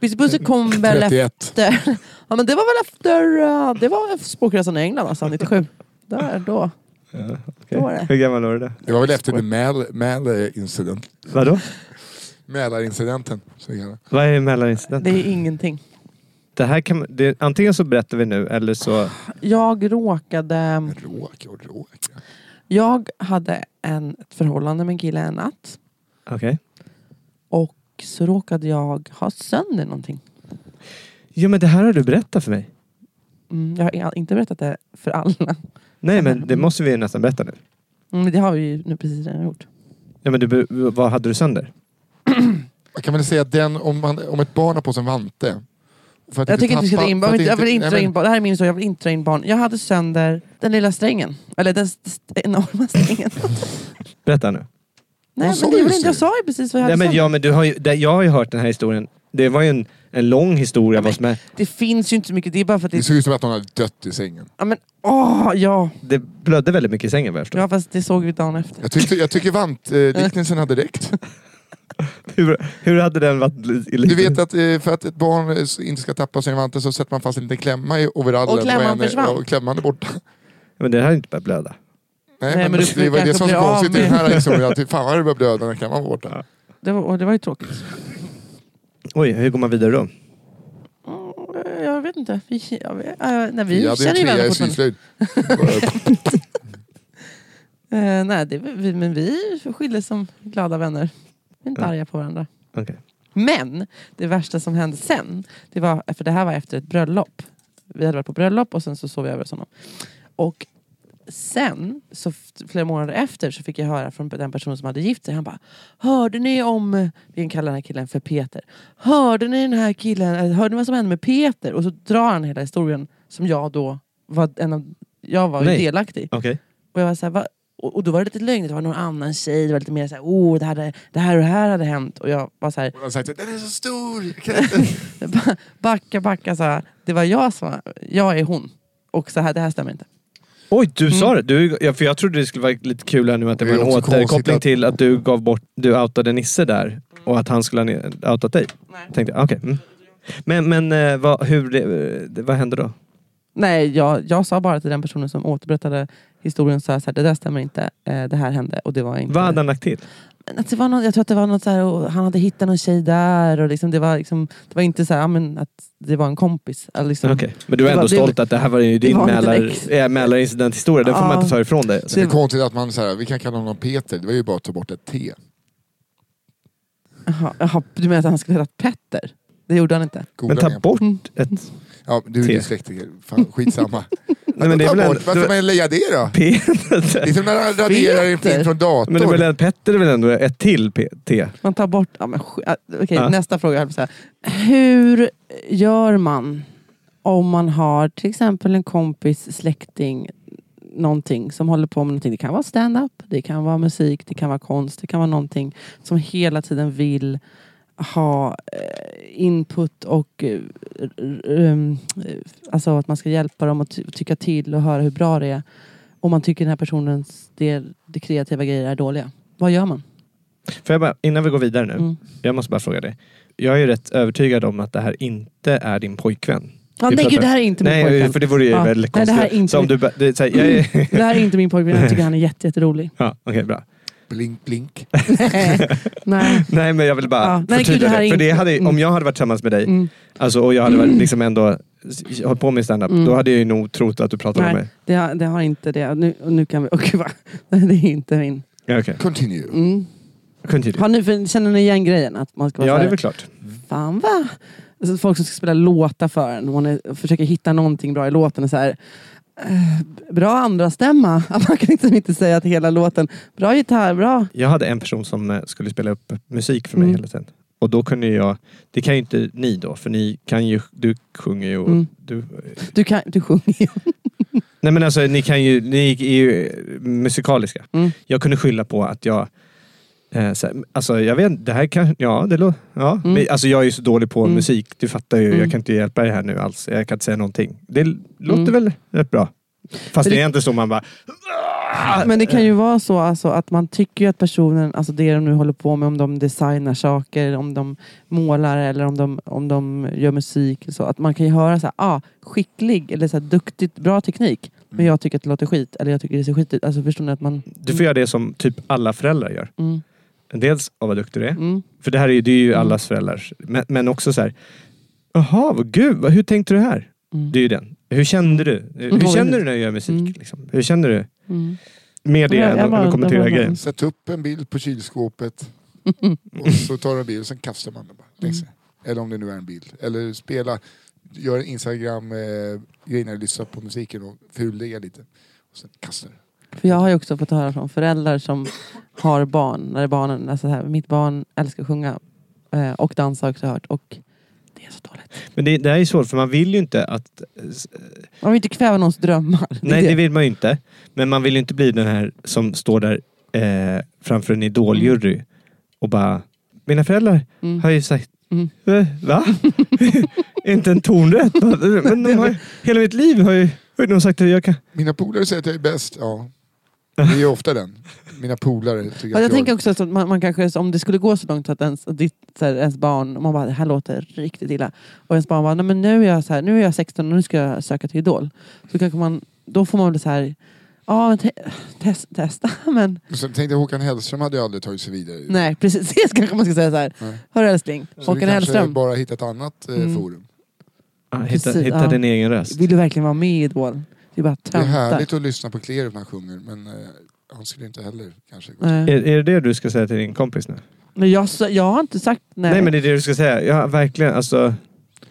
Busy Pussy kom väl
31.
efter... ja men det var väl efter... eh, det var efter språkresan i England alltså, 97. Där, då.
Ja,
Då var det.
Hur gammal var du då?
Det var väl efter Mäl- Mälarincident.
Vadå?
Mälarincidenten. Så jag
Vad är mellanincident?
Det är ingenting.
Det här kan, det, antingen så berättar vi nu eller så...
Jag råkade...
råk och råk.
Jag hade en, ett förhållande med en kille en natt.
Okej.
Och så råkade jag ha sönder någonting.
Jo men det här har du berättat för mig.
Mm, jag har i- inte berättat det för alla.
Nej men det måste vi ju nästan berätta nu.
Mm, men det har vi ju nu precis redan gjort.
Ja, men du, be- vad hade du sönder?
Man kan väl säga att den, om, man, om ett barn har på sig en vante. För att
Jag tycker inte vi ska dra in barn.
för att
Jag vill inte
nej,
dra
men-
in barn. Det här är min historia. Jag vill inte dra in barn. Jag hade sönder den lilla strängen. Eller den st- st- enorma strängen.
Berätta nu.
Nej,
sa
men det
ju
är väl
det.
inte. Jag sa ju precis vad jag
Nej,
hade
men,
sönder.
ja, men du har ju, det, jag har ju hört den här historien. Det var ju en, en lång historia. Vad som är,
Det finns ju inte så mycket. Det är bara för att det
Det
är...
såg ut som att någon hade dött i sängen.
Ja, men, åh, ja.
det blödde väldigt mycket i sängen vad jag förstår.
ja, fast det såg vi dagen efter.
Jag, tyckte, jag tycker vantliknelsen hade räckt.
Hur, hur hade den varit? i- i-
Du vet att eh, för att ett barn eh, inte ska tappa sig i vanten så sätter man fast en liten klämma i overallen.
Och klämman
en, eh,
försvann.
ja, Och klämman är borta.
Men den hade inte börjat blöda.
Nej,
Nej,
men,
men du
det var ju det
kanske
som var
blir
så
av
konstigt i den här
med-
historien. Att, fan vad det börjar blöda när klämman var borta.
Det var, och det var ju tråkigt.
Oj, hur går man vidare då?
Eh, Jag jag vet inte. Vi, jag vet, ja, nej, vi
Vi hade ju
känner ju
trea
varandra
i
fortfarande.
syslöjd.
Eh, nej, det, är vi, men vi skildes som glada vänner. Vi är inte arga på varandra.
Okej.
Men det värsta som hände sen, det var, för det här var efter ett bröllop. Vi hade varit på bröllop och sen så sov jag över hos honom. Och sen, så f- flera månader efter, så fick jag höra från den personen som hade gift sig. Han bara, hörde ni om, vi kan kalla den här killen för Peter. Hörde ni den här killen, eller hörde ni vad som hände med Peter? Och så drar han hela historien som jag då var, en av, jag var ju
Nej.
delaktig i.
Okej.
Och, jag var så här, va? och, och då var det lite lögn, det var någon annan tjej, det var lite mer såhär, oh, det, hade, det här och det här hade hänt. Och jag var såhär,
Han har sagt att den är så stor! jag kan inte."
ba- backa, backa, så här, det var jag som var, jag är hon. Och så här, det här stämmer inte.
Oj, du sa det! Du, ja, för jag trodde det skulle vara lite kul här nu att det
Det
var
är
en
också konstigt
återkoppling
att-
till att du gav bort, du outade Nisse där och att han skulle ha ne- outat dig. Tänkte jag, okej. mm. Men, men eh, vad, hur, det- det- vad hände då?
Nej, jag, jag sa bara till den personen som återberättade historien, så här, så här, det där stämmer inte, eh, det här hände. Och det var inte...
Vad hade han lagt till?
Men att det var något, jag tror att det var något så här, och han hade hittat någon tjej där. Och liksom, det, var liksom, det var inte så här, ja, men, att det var en kompis. Eller liksom,
Okej, men du är
Det var-
ändå
det-
stolt att det här var ju din
var en liten
Mälar-
ex-
eh, Mälarincidentisstoria. Den får man
Ja.
inte ta ifrån dig.
Så det är konstigt att man så här, vi kan kalla honom Peter, det var ju bara att ta bort ett T.
Jaha, jaha, du menar att han skulle heta Petter? Det gjorde han inte.
Googla
Men ta
ner.
bort ett
Ja, du är
T.
dyslektiker, Fan, skitsamma.
Nej, men det är
ta
väl
bort,
en-
varför
du-
man lägga det då?
P.
Det är som när man raderar en film från datorn.
Men det är väl, Petter är väl ändå ett till P- T?
Man tar bort... Ja, men, sk- ja, okej,
Ja.
Nästa fråga. jag höll på att säga. Hur gör man om man har till exempel en kompis, släkting, någonting som håller på med någonting. Det kan vara stand-up, det kan vara musik, det kan vara konst, det kan vara någonting som hela tiden vill ha eh, input och eh, r- r- um, eh, alltså att man ska hjälpa dem och ty- tycka till och höra hur bra det är. Och man tycker den här personens det, det kreativa grejer är dåliga. Vad gör man?
Får jag bara, innan vi går vidare nu.
Mm.
Jag måste bara fråga dig. Jag är rätt övertygad om att det här inte är din pojkvän.
Ja,
Vi
nej,
pratar-
gud, det här är inte min
Nej,
pojkvän.
för det vore ju
Ja.
väldigt
Nej, det
konstigt.
här är inte
Så om
min-
du, bara- det, är så här, jag är,
Det här är inte min pojkvän, jag tycker han är jätte- jätterolig.
ja, okej, bra.
Blink, blink.
Nej.
Nej, men jag vill bara
Ja, nej, gud,
förtydliga
det här
det.
är
För det
inte- mm.
hade, ju- om jag hade varit tillsammans med dig alltså, och jag hade varit, liksom ändå s- hållit på med standup, då hade jag ju nog trott att du pratade om
Mm. Nej,
mig.
det har, det har inte det. Nu, och nu kan vi... Oh, gud, va? Nej, det är inte min.
Ja, okej.
Continue.
Mm.
Continue.
Har ni, för, känner ni igen grejen? Att man ska vara
Ja,
så
det
här,
är väl klart.
Fan va? Alltså, folk som ska spela låtar för en och man är, och försöker hitta någonting bra i låten. Och så här, eh, bra andra stämma. Att Man kan liksom inte säga att hela låten... Bra gitarr, bra...
Jag hade en person som eh, skulle spela upp musik för mig
Mm.
hela tiden. Och då kunde jag, det kan ju inte ni då, för ni kan ju, du sjunger ju och
Mm.
du...
Du, kan, du sjunger ju.
Nej men alltså ni kan ju, ni är ju eh, musikaliska.
Mm.
Jag kunde skylla på att jag, eh, så här, alltså jag vet inte, det här kan, ja det låter, ja.
Mm.
Men, alltså jag är ju så dålig på
Mm.
musik, du fattar ju,
Mm.
jag kan inte hjälpa dig här nu alls. Jag kan inte säga någonting. Det l- låter
Mm.
väl rätt bra. Fast
Men
det
det-
är inte så man bara,
Men det kan ju vara så alltså, att man tycker ju att personen, alltså det de nu håller på med, om de designar saker, om de målar eller om de, om de gör musik. Så, att man kan ju höra så här, ah, skicklig eller så här, duktigt, bra teknik. Men jag tycker att det låter skit. Eller jag tycker det ser skit ut. Alltså förstår ni att man...
du får göra det som typ alla föräldrar gör.
Mm,
Dels av vad duktig du är.
mm.
För det här är ju, det är ju allas föräldrars. Men, men också så här, jaha, vad gud, vad, hur tänkte du här?
Mm.
Det är ju den. Hur kände du? Hur
Mm.
känner du när jag gör musik?
Mm.
Liksom? Hur känner du?
Mm.
Med det
Jag- jag
än att-
bara-
än att kommentera
jag bara-
grejen.
Sätt upp en bild på kylskåpet. Och så tar du en bild och sen kastar man den bara. längs ner. Eller om det nu är en bild. Eller spela, gör eh, en Instagram-grej när du lyssnar på musiken och fulligga lite. Och sen kastar du.
För jag har ju också fått höra från föräldrar som har barn, när det är barnen, alltså så här, mitt barn älskar att sjunga eh, och dansa har jag också hört. Och det är så dåligt.
Men det, det här är svårt för man vill ju inte att... s-
Man vill inte kväva någons drömmar. Det är
Nej
det.
det vill man ju inte. Men man vill ju inte bli den här som står där eh, framför en idoljury och bara Mina föräldrar
Mm.
har ju sagt
Mm.
"Eh, Va? inte en ton rätt. Men de har, ju- hela mitt liv har ju, har ju de sagt att jag kan...
Mina polare säger att jag är bäst. Ja. Det är ju ofta den. Mina polare tycker
Ja,
att
jag tänker också att man, man kanske, om det skulle gå så långt att ens, att ditt, så här, ens barn, om man bara det här låter riktigt illa. Och ens barn bara, Nej, men nu är, jag så här, nu är jag 16 och nu ska jag söka till Idol. Så kanske man, då får man väl så här, ja men te, test, testa. Men
Och sen tänkte jag Håkan Hellström hade jag aldrig tagit sig vidare.
nej, precis kanske man ska säga så här.
Nej.
Hörru älskling,
Så vi
Håkan
kanske
Hellström.
bara hittat ett annat eh,
Mm.
forum.
Ah, hitta,
Precis,
hitta
ja.
din egen röst.
Vill du verkligen vara med i Idol? Det är bara
Det är
töntar.
härligt att lyssna på Kleerup när han sjunger men eh, han skulle inte heller kanske gå.
Nej.
Är, är det det du ska säga till din kompis nu?
Men jag, sa- jag har inte sagt nej.
Nej, men det är det du ska säga. Ja, verkligen. Alltså,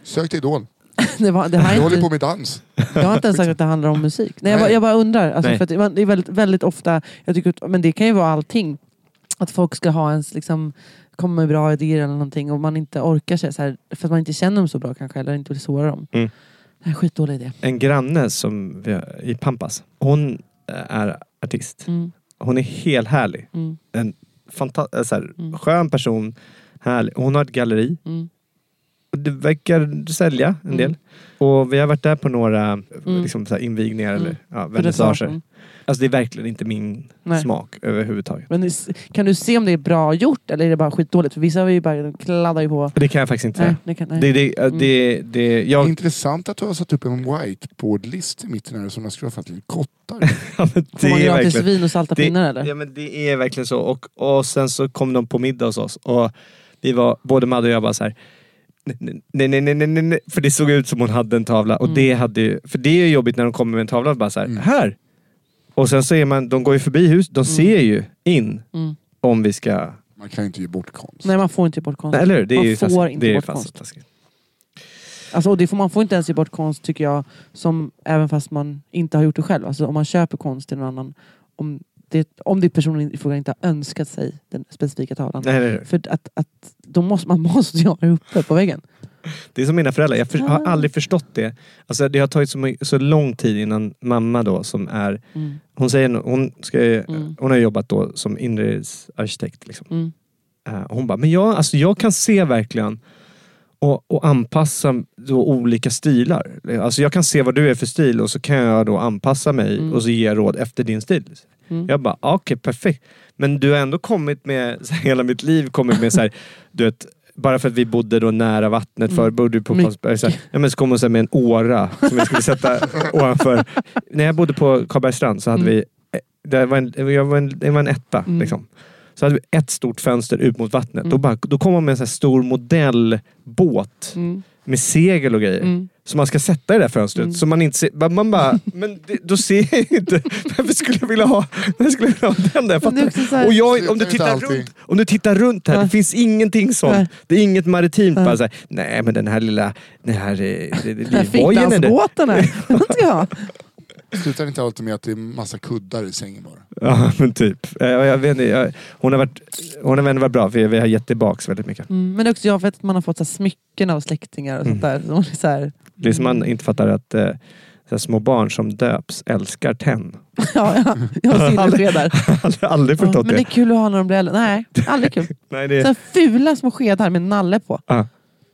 Sök till Idol.
det var, det har
Jag
jag,
håller på
inte,
med dans.
jag har inte ens sagt att det handlar om musik. Nej, jag,
Nej.
bara, jag bara undrar. Alltså,
Nej.
för att det var- det är väldigt, väldigt ofta, jag tycker, att- men det kan ju vara allting. Att folk ska ha ens liksom, komma med bra idéer eller någonting och man inte orkar sig så här, för att man inte känner dem så bra kanske eller inte vill såra dem.
Mm.
Det här är en skitdålig idé.
en granne som vi har, i Pampas. Hon eh, är artist.
Mm.
Hon är helt härlig.
Mm.
En fanta- eh, så här,
Mm.
skön person. Härlig. Hon har ett galleri.
Mm.
Och Det verkar sälja en del. Och vi har varit där på några liksom, så här, invigningar eller ja, vernissager.
Mm.
Alltså det är verkligen inte min
Nej.
smak överhuvudtaget.
Men s- kan du se om det är bra gjort eller är det bara skitdåligt? För vissa är ju bara, de kladdar ju på.
Det kan jag faktiskt inte
Nej, Mm.
säga.
det kan, nej.
Det, det, det, det, jag,
Intressant att du har satt upp en whiteboardlist i mitten här som jag skulle ha fattat lite kottar.
ja, men det
Får man
är
gratis
verkligen...
vin och salta pinnar eller?
Ja men det är verkligen så. Och, och sen så kom de på middag hos oss och vi var, både Madde och jag bara så här. Nej, nej, nej, nej, nej, nej. För det såg ut som hon hade en tavla. Och det
Mm.
hade ju, för det är ju jobbigt när de kommer med en tavla och bara så här, här! Och sen så är man, de går ju förbi huset, de ser ju in
Mm.
om vi ska...
Man kan ju inte ge bort konst.
Nej man får inte ge bort konst.
Nej, eller hur? Det är
man
ju
får
fast,
inte
det är ju
bort
fast
konst.
så taskigt.
Alltså, och det får, man får inte ens ge bort konst tycker jag, som, även fast man inte har gjort det själv. Alltså, om man köper konst till någon annan, om det, om det är personen i fråga inte har önskat sig den specifika tavlan.
Nej, eller hur?
För att, att då måste, man måste ju ha det uppe på väggen.
Det är som mina föräldrar. Jag för, har
Ah.
aldrig förstått det. Alltså, det har tagit så, my- så lång tid innan mamma då som är...
Mm.
Hon, säger, no- hon, ska,
Mm.
hon har jobbat då som inredningsarkitekt. Liksom.
Mm.
Eh, och Hon bara, men jag, alltså, jag kan se verkligen och, och anpassa då olika stilar. Alltså jag kan se vad du är för stil och så kan jag då anpassa mig och så ge råd efter din stil. Jag bara, ah, okej perfekt. Men du har ändå kommit med, så här, hela mitt liv kommit med så här, du vet, bara för att vi bodde då nära vattnet förr, bodde vi på
Mycket.
Karlsberg. Så här, ja, men så kom hon så här med en åra som jag skulle sätta ovanför. När jag bodde på Karlbergsstrand så hade vi, eh, det var en, jag var en, det var en etta. Liksom. Så hade vi ett stort fönster ut mot vattnet.
Mm.
Då, bara, då kom hon med en så här stor modellbåt
Mm.
med segel och grejer. Som man ska sätta i det där fönstret. Så man inte ser, man- man bara, men det, då ser jag ju inte. Varför skulle jag vilja ha, varför skulle jag vilja ha den där? Jag
Men det är också så här-
fattar. Och jag, om, du
Slutar inte
tittar
allting.
runt, om du tittar runt här, det
Nej.
finns ingenting sånt.
Nej.
Det är inget maritimt. Bara så här, nej men den här lilla, den här eh, livbojen. är det."
Fickdansbåten här, den ska jag ha.
Slutar inte alltid med att det är massa kuddar i sängen bara.
Ja men typ. Eh, och Jag vet inte, jag, hon har varit, hon har varit bra för vi har gett tillbaks väldigt mycket.
Mm. Men också jag vet att man har fått så här, smycken av släktingar och sånt där. Så man är så här,
Mm. Det är som man inte fattar att eh, så här små barn som döps älskar tenn.
ja, ja, jag har sinneskedar.
Jag har aldrig
Ja,
förstått
men det
det.
är kul att ha när de blir äldre. Nej, aldrig kul.
Nej, det
Så här, fula små skedar med nalle på.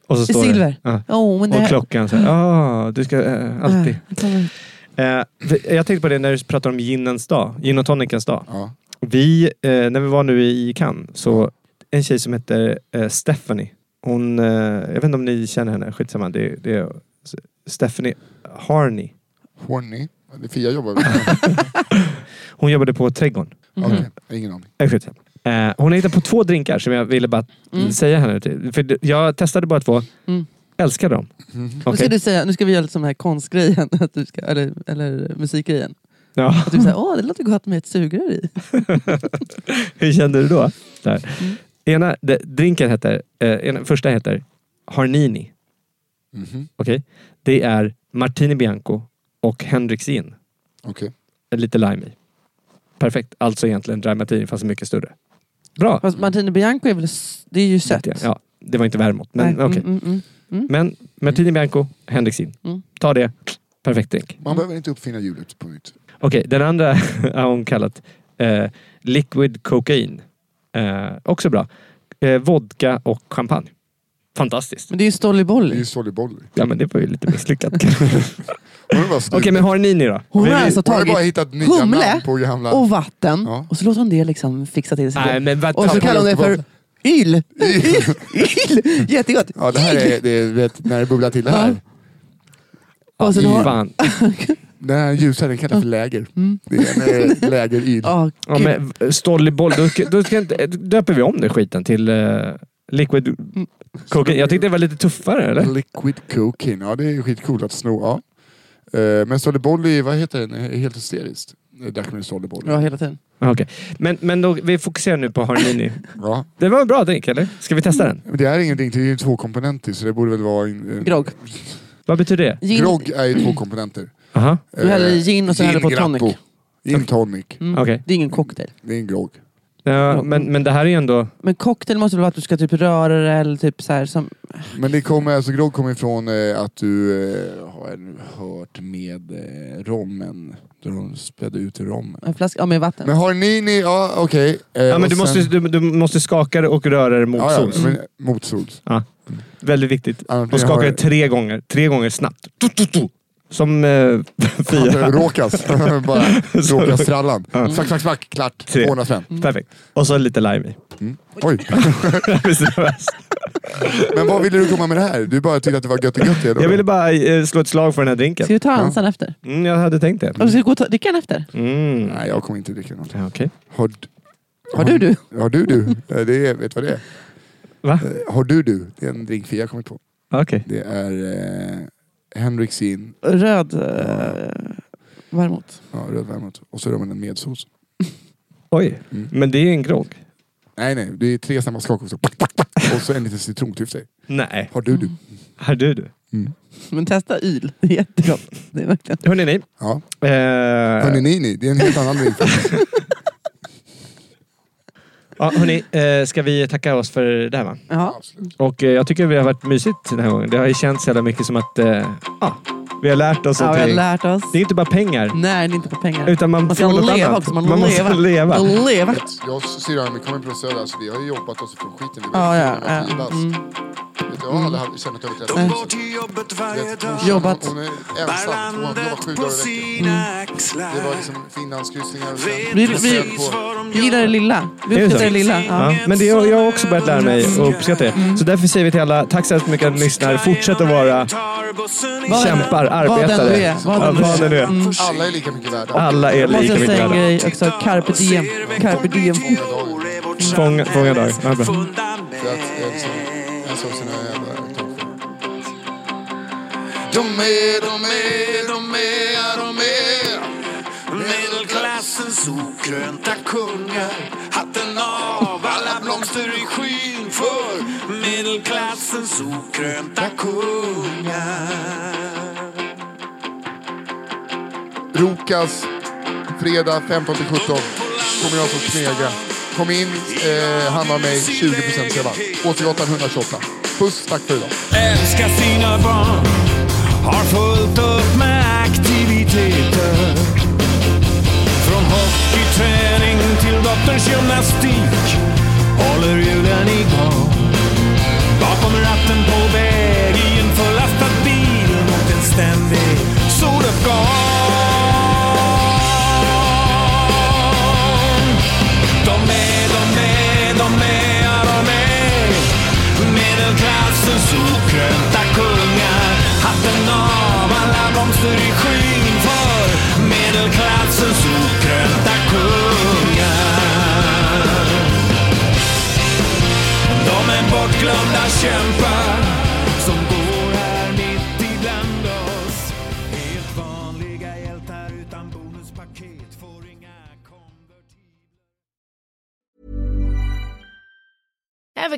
och så
I
står det-
silver.
Ja.
Oh, men det
Och klockan så här, ah, du ska eh, alltid.
Ah, det kommer-
Eh, för jag tänkte på det när du pratade om ginens dag, gin och tonicens dag.
Ja.
Vi, eh, när vi var nu i Cannes, så en tjej som heter eh, Stephanie. Hon, eh, jag vet inte om ni känner henne, skitsamma. Det, det är Stephanie Harney.
Horny. Det är Fia jobbar
Mm.
med.
Hon jobbade på trädgården.
Okej, ingen aning.
Eh, skitsamma. Eh, hon har hittat på två drinkar som jag ville bara säga henne till. För det- jag testade bara två.
Mm.
Älskar dem.
Nu ska
Okej.
du säga, nu ska vi göra lite sån här konstgrejen, att du ska, eller, eller musikgrejen.
Ja.
Att du säger åh det låter gott med ett sugrör i.
Hur kände du då? Så här.
Mm.
Ena de, drinken heter, eh, ena, första heter Harnini.
Mhm.
Okej? Det är Martini Bianco och Hendrix gin.
Okej.
Lite lime i. Perfekt. Alltså egentligen dry martini fast mycket större. Bra!
Fast Martini Bianco är väl, s- det är ju sött.
Ja, det var inte Vermouth, men
Nej,
okej.
mm, mm, mm.
Men Martini Bianco, Hendrix gin.
Mm.
Ta det. Perfekt drink.
Man behöver inte uppfinna hjulet på nytt.
Okej, den andra har hon kallat eh, Liquid Cocaine. Eh, också bra. Eh, vodka och champagne. Fantastiskt.
Men det är ju
Det är
Stollybolly.
ju volleyboller.
Ja men det var ju lite misslyckat. Okej
Hon har bara slut.
men har ni ni då?
Hon
Vi-
har
vi-
alltså
Hon har bara
tagit
hittat nya
humle
namn på gamla...
och vatten
Ja.
och så låter hon det liksom fixa till sig.
Nej men vad
och så kallar hon det för yl. Yl! Jättegott.
Ja, det här är, det är vet, när det bubblar till det här.
Och sen
Ja,
Alltså, har... Ah,
fan.
Den här ljusa den kallas för läger. Det är en eh, lägeryl.
Mm. Ja,
Ja,
gud.
men Stollyboll, då, ska- då ska inte, döper vi om den skiten till eh, Liquid cocaine. Jag tyckte det var lite tuffare, eller?
Liquid cocaine. Ja, det är skitcoolt att sno. Ja. Eh, Men Solibolli, vad heter den? Är Helt hysteriskt. Det är Dags med Solibolli.
Ja, hela tiden.
Ja, Okej. Men, men då, vi fokuserar nu på Harmini.
Ja.
Det var en bra drink, eller? Ska vi testa den?
Men det är ingenting, det är ju två komponenter så det borde väl vara... En, en,
Grogg.
Vad betyder det?
Gin.
grogg är ju två komponenter.
Aha.
Du häller i gin och sen
Gin
häller du på
Grappo.
tonic.
Gin tonic.
Okej.
Mm. Det är ingen cocktail.
Det är en grogg.
Ja, men, men det här är ju ändå...
Men cocktail måste väl vara att du ska typ röra det eller typ så här som...
Men det kommer, alltså grogg kommer ifrån eh, att du eh, har jag nu hört med eh, rommen. Där de spädde ut rommen.
En flaska, ja med vatten.
Men har ni, ni ja okej. eh,
Ja, men
och
du,
sen-
måste, du, du måste skaka det och röra det mot
Ja, ja,
sols.
men, motsols.
Ja. Väldigt viktigt.
Ja,
Och
vi
skaka
har-
det tre gånger. Tre gånger snabbt. Tu, tu, tu. Som eh, fyra.
Råkas. Bara råkas frallan. Smack, smack, smack. Klart.
Tre.
200 spänn.
Perfekt. Och så lite lime i.
Oj.
Visst är det värst?
Men vad ville du komma med det här? Du bara tyckte att det var gött och gött. eller?
jag ville bara eh, slå ett slag för den här drinken.
Ska vi ta en sen efter?
Mm, jag hade tänkt det. Mm.
Och ska vi gå och ta, dricka en efter?
Nej, jag kommer inte dricka något.
Ja, Okej.
Har, d-
Har du du?
har du du? Eh, Det är, vet du vad det är?
Va?
Eh, Har du du? Det är en drink jag kommit på.
Okej.
Det är eh, Henrik Sin,
Röd...
eh,
Uh, varmot.
ja, röd varmot. Och så rör man den med sås.
Oj.
Mm.
Men det är ju en grogg.
Nej, nej. Det är tre snabba skak och så, pack, pack, pack. och så en liten citrontyft i.
Nej.
Har du du?
Mm.
Här du du.
Men testa yl. Det är jättegott. Det är verkligen...
Hörrni ni.
Ja.
Eh,
Hörni, ni, ni. Det är en helt annan drink.
Ja, hörni, eh, ska vi tacka oss för det här va?
Ja.
Och eh, jag tycker vi har varit mysigt den här gången. Det har ju känts så jävla mycket som att eh, ja, vi har lärt oss
ja, vi har
någonting.
lärt oss.
Det är inte bara pengar.
Nej, det är inte på pengar.
Utan man
man
får
ska
något
leva
annat.
också. Man,
Man måste
leva.
leva.
leva.
Jag och syrran, vi kommer från Söder. Alltså, vi har ju jobbat oss ifrån skiten. Vi
Ja, ja,
vi var
ja. Mm.
fyra, alltså. Vet du, Jag har aldrig känt att jag har
De
varit
går till jobbet varje dag.
rätt.
Eh. Jobbat.
Hon är
Bär
ensam. Hon jobbar sju
landet på
dagar i veckan. Mm.
sina axlar.
Det var liksom Finlandskryssningar och
Vet
sen...
Vi-
precis
vi-
vad de
Vi gillar det
gör.
lilla. Vi
Är det så?
uppskattar det lilla. Mm. Ja.
Ja, men det, jag jag har också börjat lära mig och uppskatta det. Så därför säger vi till alla, tack så hemskt mycket att ni lyssnar. Fortsätt att vara
Tar bussen i
Vad-
kämpar,
Vad den du
arbetare.
är. Vad
Ja,
den du
Vad det nu är.
Alla är lika mycket värda.
Alla är
Måste
lika
jag
mycket
säga en
värda.
grej också? Alltså, Carpe diem. Carpe diem.
Fånga- fånga dag. Ja, bra.
För att eh, liksom, en sak som jag är jävla tacksam för. De är, de är, de är, ja, de är.
Medelklassens okrönta kungar Hatten av, alla blomster i skyn för medelklassens okrönta kungar
Rokas, fredag 15-17 kommer jag få knega. Kom in, eh, handla mig 20% rabatt. Återgatan 128. Puss, tack för idag.
Älskar sina barn Har fullt upp med aktiviteter Från hockeyträning till dotterns gymnastik Håller julen igång Bakom ratten på väg i en fullastad bil Mot en ständig soluppgång de är, de är, de är, ja de är Medelklassens okrönta kungar Hatten av, alla blomster i skyn för medelklassens okrönta kungar De är bortglömda kämpar som går här mitt ibland oss Helt vanliga hjältar utan bonuspaket får inga konvertibler
Ever